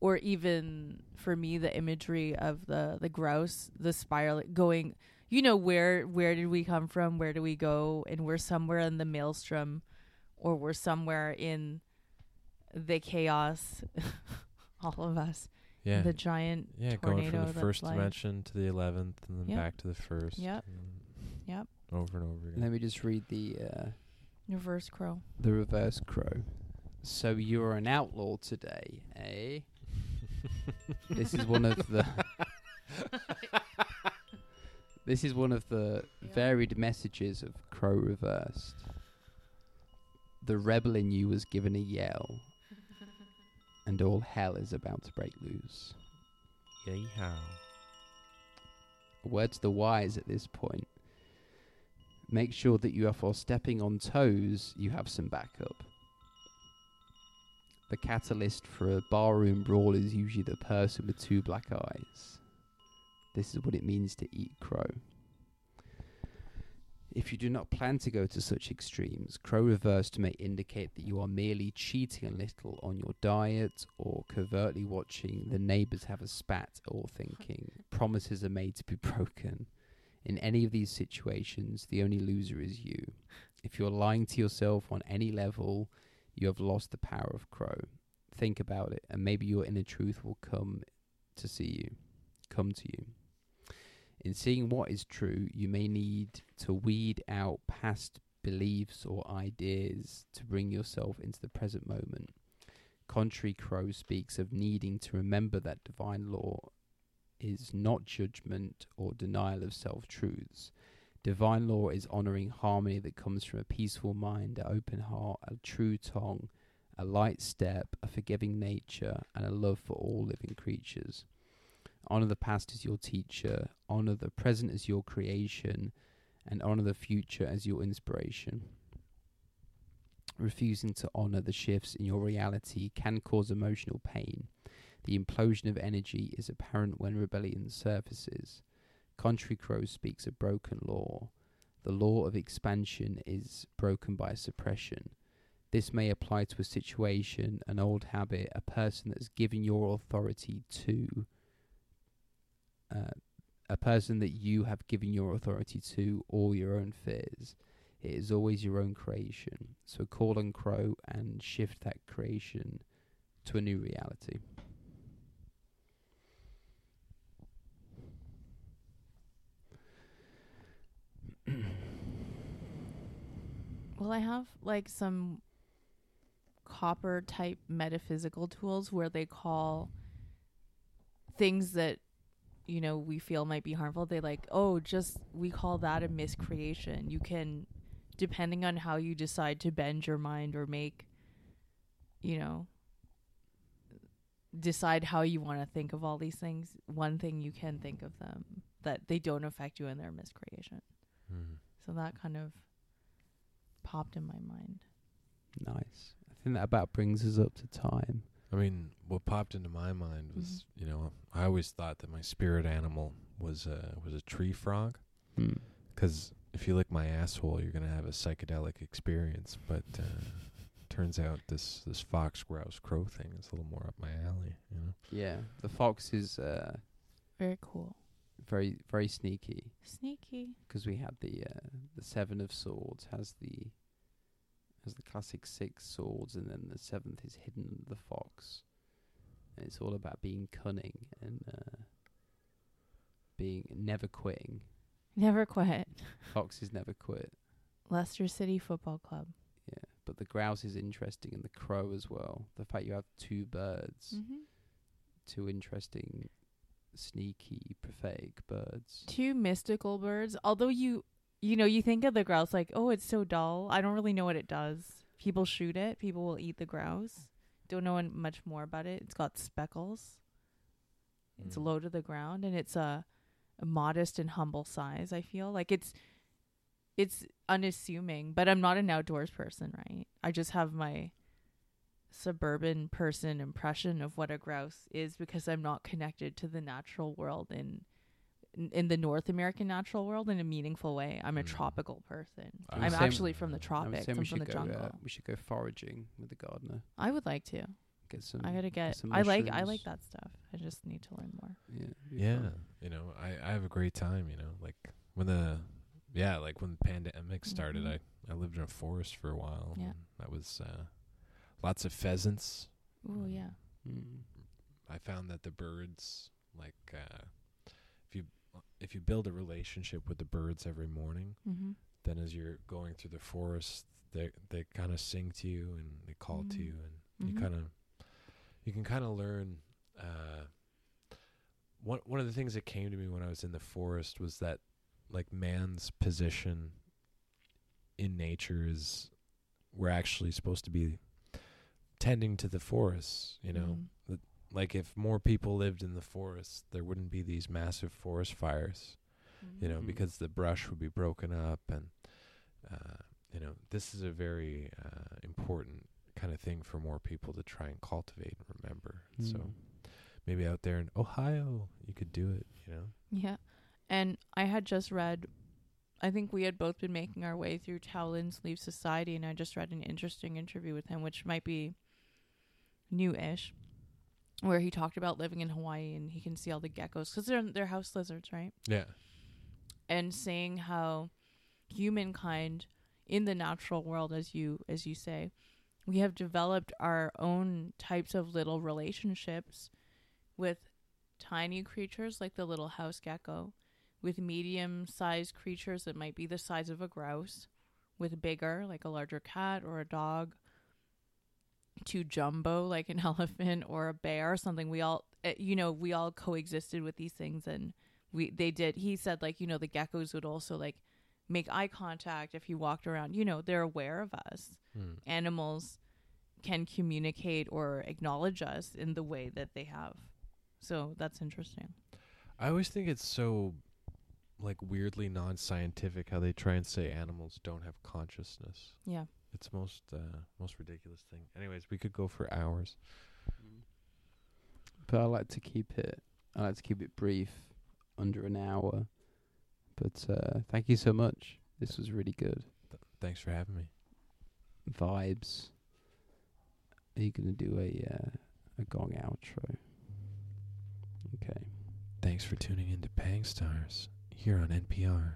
B: or even for me the imagery of the the grouse the spiral going you know where where did we come from where do we go and we're somewhere in the maelstrom or we're somewhere in the chaos all of us
C: yeah,
B: the giant
C: yeah.
B: tornado
C: Going from the
B: that's
C: first
B: like-
C: dimension to the eleventh, and then
B: Yep.
C: back to the first.
B: Yep.
C: and then
B: Yep.
C: Over and over again.
A: Let me just read the uh,
B: reverse crow
A: the reverse crow. So you are an outlaw today, eh? this is one of the. this is one of the varied messages of Crow Reversed. The rebel in you was given a yell, and all hell is about to break loose.
C: Yeehaw.
A: A word to the wise at this point. Make sure that you are for stepping on toes, you have some backup. The catalyst for a barroom brawl is usually the person with two black eyes. This is what it means to eat crow. If you do not plan to go to such extremes, crow reversed may indicate that you are merely cheating a little on your diet or covertly watching the neighbors have a spat or thinking promises are made to be broken. In any of these situations, the only loser is you. If you're lying to yourself on any level, you have lost the power of crow. Think about it, and maybe your inner truth will come to see you, come to you. In seeing what is true, you may need to weed out past beliefs or ideas to bring yourself into the present moment. Contrary Crow speaks of needing to remember that divine law is not judgment or denial of self truths. Divine law is honoring harmony that comes from a peaceful mind, an open heart, a true tongue, a light step, a forgiving nature, and a love for all living creatures. Honor the past as your teacher, honor the present as your creation, and honor the future as your inspiration. Refusing to honor the shifts in your reality can cause emotional pain. The implosion of energy is apparent when rebellion surfaces. Country Crow speaks of broken law. The law of expansion is broken by suppression. This may apply to a situation, an old habit, a person that's given your authority to, uh, a person that you have given your authority to, or your own fears. It is always your own creation. So call on Crow and shift that creation to a new reality.
B: well i have like some copper type metaphysical tools where they call things that you know we feel might be harmful they like oh just we call that a miscreation you can depending on how you decide to bend your mind or make you know decide how you want to think of all these things one thing you can think of them that they don't affect you in their miscreation
C: Mm.
B: so that kind of popped in my mind
A: Nice. I think that about brings us up to time.
C: I mean, what popped into my mind was,
B: Mm-hmm.
C: you know, I always thought that my spirit animal was a was a tree frog.
A: Hmm.
C: 'Cause if you lick my asshole, you're gonna have a psychedelic experience. But uh, turns out this this fox grouse crow thing is a little more up my alley. You know,
A: Yeah, the fox is uh,
B: Very cool.
A: very very sneaky
B: Sneaky.
A: 'cause we had the uh, the seven of swords has the has the classic six swords and then the seventh is hidden under the fox. It's all about being cunning and uh, being never quitting.
B: Never quit.
A: Foxes never quit.
B: Leicester City Football Club.
A: Yeah, but the grouse is interesting, and the crow as well. The fact you have two birds,
B: Mm.
A: two interesting, sneaky, prophetic birds.
B: Two mystical birds. Although you, you know, you think of the grouse like, oh, it's so dull. I don't really know what it does. People shoot it. People will eat the grouse. Don't know an- much more about it. It's got speckles. It's
C: Mm.
B: low to the ground, and it's a, a modest and humble size. I feel like it's, it's unassuming. But I'm not an outdoors person, right? I just have my suburban person impression of what a grouse is because I'm not connected to the natural world in in- in the North American natural world in a meaningful way. I'm a
C: Mm.
B: tropical person.
C: I
A: would
B: I'm
A: say-
B: actually from the
A: I would
B: tropics.
A: say
B: I'm
A: we
B: from
A: should
B: the
A: go.
B: jungle.
A: Uh, we should go foraging with the gardener.
B: I would like to.
A: Get some.
B: I gotta get.
A: some
B: I like. I
A: mushrooms.
B: like that stuff. I just need to learn more.
A: Yeah. it'd be
C: Yeah,
A: fun.
C: you know, I I have a great time. You know, like when the yeah, like when the pandemic started,
B: Mhm.
C: I I lived in a forest for a while.
B: Yeah.
C: and That was uh, lots of pheasants.
B: Ooh yeah.
A: Mm.
C: Mm-hmm. I found that the birds, like, uh, if you if you build a relationship with the birds every morning,
B: Mm-hmm.
C: then as you're going through the forest, they they kind of sing to you and they call to
B: Mm.
C: you, and
B: Mhm.
C: you kind of you can kind of learn. Uh, one one of the things that came to me when I was in the forest was that like man's position in nature is we're actually supposed to be tending to the forests, you know
B: Mm-hmm.
C: like if more people lived in the forest there wouldn't be these massive forest fires you know
A: Mhm.
C: because the brush would be broken up and uh, you know this is a very uh, important kind of thing for more people to try and cultivate and remember so
A: Mm.
C: maybe out there in ohio you could do it you know
B: Yeah. And I had just read, I think we had both been making our way through Towlin's Leave Society, and I just read an interesting interview with him, which might be new ish, where he talked about living in Hawaii and he can see all the geckos because they're, they're house lizards, right?
C: yeah
B: and seeing how humankind in the natural world as you as you say we have developed our own types of little relationships with tiny creatures like the little house gecko with medium sized creatures that might be the size of a grouse with bigger like a larger cat or a dog to jumbo like an elephant or a bear or something we all eh, you know we all coexisted with these things and we they did he said like you know the geckos would also like make eye contact if you walked around you know they're aware of us
C: mm.
B: animals can communicate or acknowledge us in the way that they have so that's interesting
C: i always think it's so like weirdly non-scientific how they try and say animals don't have consciousness
B: yeah
C: it's most uh, most ridiculous thing anyways we could go for hours
A: Mm. But I like to keep it. I like to keep it brief, under an hour. But uh, thank you so much. This was really good.
C: Th- thanks for having me.
A: Vibes. Are you gonna do a uh, a gong outro? Okay.
C: Thanks for tuning in to Pang Stars here on NPR.